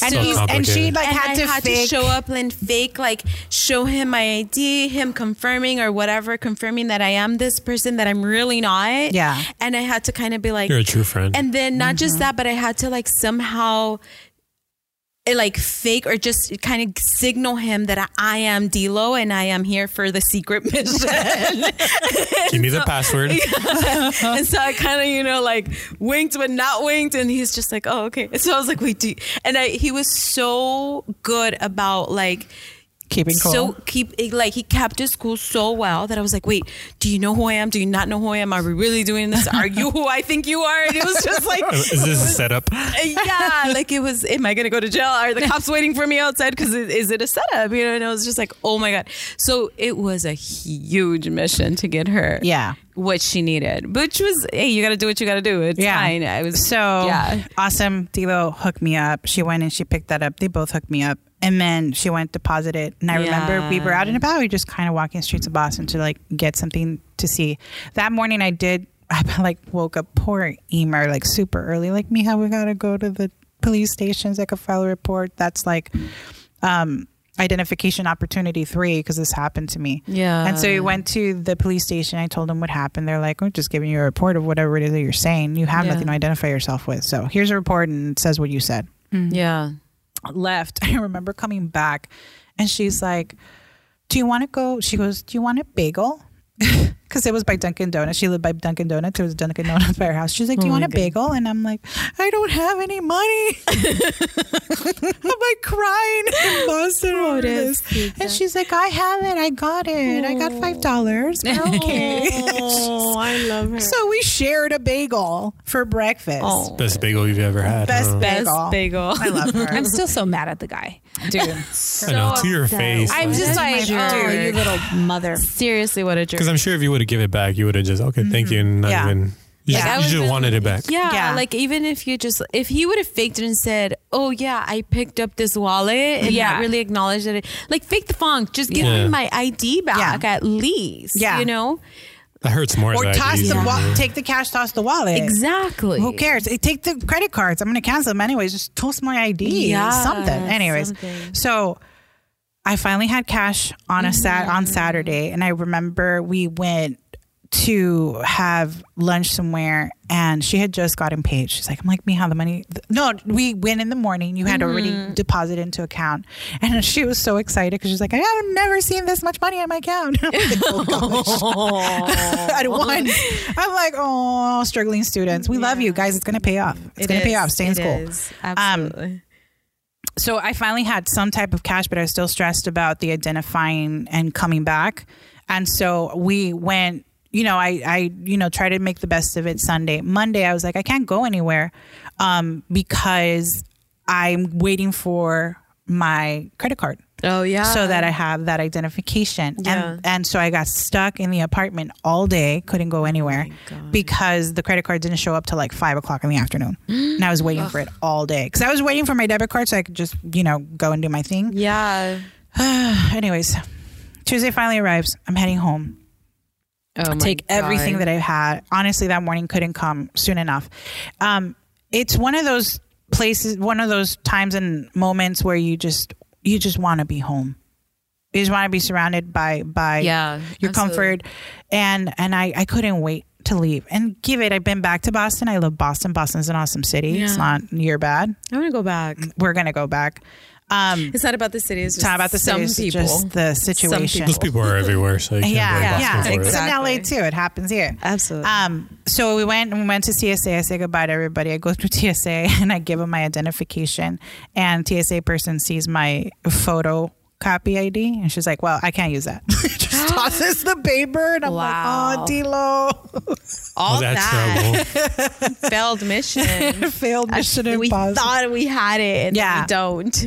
And, So he's, and she complicated. like and had, I to, had to fake- show up and fake like show him my ID, him confirming or whatever, confirming that I am this person that I'm really not. Yeah. Mm-hmm. And I had to kind of be like You're a true friend. And then not just that, but I had to like somehow eh, like fake or just kind of signal him that I- I am D'Lo and I am here for the secret mission. Give me the password. and so I kind of, you know, like winked but not winked, and he's just like, "Oh, okay." So I was like, "Wait, do," you-" and I, he was so good about like keeping cool. so keep like he kept his cool so well that I was like, wait, do you know who I am? Do you not know who I am? Are we really doing this? Are you who I think you are? And it was just like, uh, Is this a setup? yeah, like it was. Am I gonna go to jail? Are the cops waiting for me outside? Because is it a setup? You know, and I was just like, oh my god. So it was a huge mission to get her, Yeah. what she needed, which was, hey, you got to do what you got to do. It's Yeah. fine. I was So yeah. awesome. Dilo hooked me up. She went and she picked that up. They both hooked me up. And then she went deposit it. And I remember we were out and about. We were just kind of walking the streets of Boston to like get something to see. That morning I did, I like woke up poor Emer like super early. Like, Miha, we got to go to the police stations. I could file a report. That's like, um, identification opportunity three because this happened to me. Yeah. And so we went to the police station. I told them what happened. They're like, we're just giving you a report of whatever it is that you're saying. You have Yeah. nothing to identify yourself with. So here's a report and it says what you said. yeah. Left. I remember coming back and she's like, Do you want to go? She goes, Do you want a bagel? Because it was by Dunkin' Donuts. She lived by Dunkin' Donuts. There was a Dunkin' Donuts by her house. She's like, Do you want a bagel? And I'm like, I don't have any money. I'm like crying in Boston over this. And she's like, I have it. I got it. I got $5. Okay. Oh, I love her. so we shared a bagel for breakfast. Oh. Best bagel you've ever had. Best huh? bagel. Best bagel. I love her. I'm still so mad at the guy. Dude. I know, to your face. I'm just like, my oh, dude. you little mother. Seriously, what a jerk. Because I'm sure if you would have given it back, you would have just, okay, thank you. And not Yeah. even, you Like, I just, would've should have been- wanted it back. Yeah, Yeah. like even if you just if he would have faked it and said, "Oh yeah, I picked up this wallet," and Yeah. not really acknowledged that it, like fake the funk, just give Yeah. me my ID back Yeah. at least. Yeah. you know That hurts more or than toss IDs. the Yeah. wa- take the cash, toss the wallet. exactly. Who cares? Eh, Take the credit cards. I'm going to cancel them anyways. Just toss my ID. Yeah, something. Anyways, something. so I finally had cash on a sat on Mm-hmm. Saturday, and I remember we went to have lunch somewhere, and she had just gotten paid. She's like, "I'm like, Miha, the money." th- No, we went in the morning. You had Mm-hmm. already deposited into account, and she was so excited because she's like, "I have never seen this much money in my account." I'm like, oh gosh, at once. I'm like, "Oh, struggling students, we love you guys. It's gonna pay off. It's gonna pay off. Stay in school." Absolutely. so I finally had some type of cash, but I was still stressed about the identifying and coming back. And so we went, you know, I, I, you know, tried to make the best of it Sunday. Monday, I was like, I can't go anywhere um, because I'm waiting for my credit card oh yeah. so that I have that identification. Yeah. And and so I got stuck in the apartment all day, couldn't go anywhere because the credit card didn't show up till like five o'clock in the afternoon. and I was waiting for it all day. Because I was waiting for my debit card so I could just, you know, go and do my thing. yeah. Anyways, Tuesday finally arrives. I'm heading home Oh my take everything that I've had. Honestly, that morning couldn't come soon enough. Um, it's one of those places, one of those times and moments where you just you just want to be home. You just want to be surrounded by by Yeah, your absolutely. comfort, and and I I couldn't wait to leave and give it. I've been back to Boston. I love Boston. Boston's an awesome city. It's Yeah. not near bad. I'm gonna go back. We're gonna go back. Um, It's not about the city. It's, it's not about the some city, it's people. just the situation. people. Those people are everywhere, so you can't blame Yeah, yeah, Boston for It's it. in LA Exactly. too. It happens here. Absolutely. Um, so we went and we went to CSA. I say goodbye to everybody. I go through TSA and I give them my identification, and TSA person sees my photo copy ID, and she's like, "Well, I can't use that." Just tosses the paper, and I'm Wow. like, "Oh, Dilo, All Oh, that's terrible. failed mission. failed mission we impossible." thought we had it, and Yeah. we don't.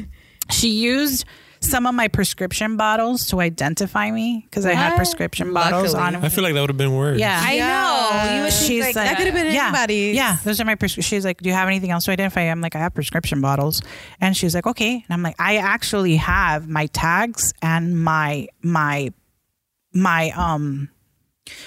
she used some of my prescription bottles to identify me because I had What? prescription bottles Luckily. on. I feel like that would have been worse. yeah, I know. You would think, She's like, like- that could have been yeah, anybody. Yeah, those are my. Pres- she's like, do you have anything else to identify? I'm like, I have prescription bottles, and she's like, okay. And I'm like, I actually have my tags and my my my um.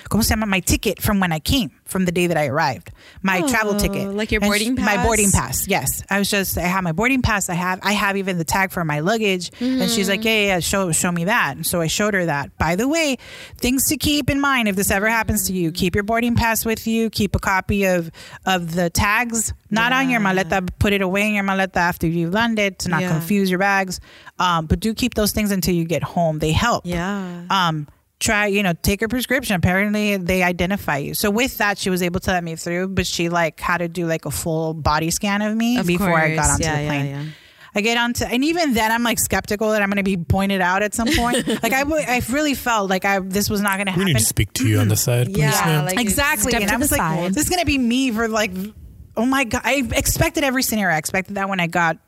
¿Cómo se llama? My ticket from when I came, from the day that I arrived. My travel ticket, Oh, like your And boarding sh- My pass? boarding pass. Yes, I was just. I have my boarding pass. I have. I have even the tag for my luggage. And she's like, yeah, yeah, yeah, show show me that. And so I showed her that. By the way, things to keep in mind if this ever happens to you: keep your boarding pass with you. Keep a copy of of the tags, not on your maleta. but Put it away in your maleta after you've landed to not Yeah. confuse your bags. Um, but do keep those things until you get home. They help Yeah. um try you know take a prescription apparently they identify you so with that she was able to let me through but she like had to do like a full body scan of me Of before i got course. onto Yeah, the yeah, plane yeah. i get onto and even then i'm like skeptical that i'm going to be pointed out at some point like I, w- I really felt like i this was not going to We happen need to speak to you on the side, please. ma'am. like exactly step and to i the was like side. this is going to be me for like oh my god i expected every scenario i expected that when i got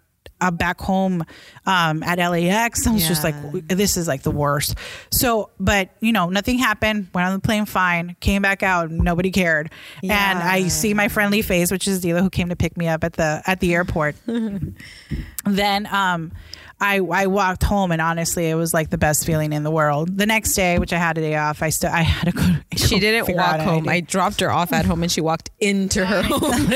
uh, back home um, at LAX, I was just Yeah. like, w- "This is like the worst." So, but you know, nothing happened. Went on the plane fine. Came back out. Nobody cared. And I see my friendly face, which is Dila, who came to pick me up at the at the airport. then um I, I walked home and honestly it was like the best feeling in the world. The next day, which I had a day off, I still I had to go. She go didn't figure out walk an home. idea. I dropped her off at home, and she walked into her home.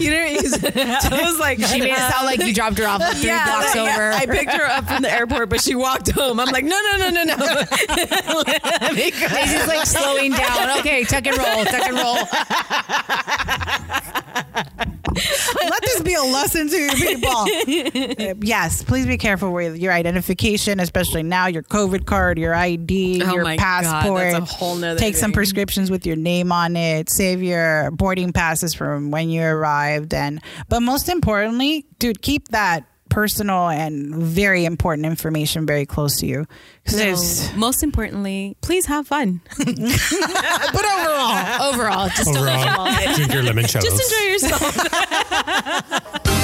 you know, you said- I was like, She made it sound like you dropped her off like three Yeah, blocks yeah. over. I picked her up from the airport, but she walked home. I'm like, no, no, no, no, no. Daisy's like slowing down. Okay, tuck and roll, tuck and roll. Let this be a lesson to you people. Uh, yes, please be careful with your identification, especially now your COVID card, your ID, Oh your my God, that's a passport. whole nother Take some thing. prescriptions with your name on it. Save your boarding passes from when you arrived, and but most importantly, dude, keep that personal and very important information very close to you. 'Cause there's- Most importantly, please have fun. but overall, Overall, just Overall, drink your limoncellos. Just enjoy yourself.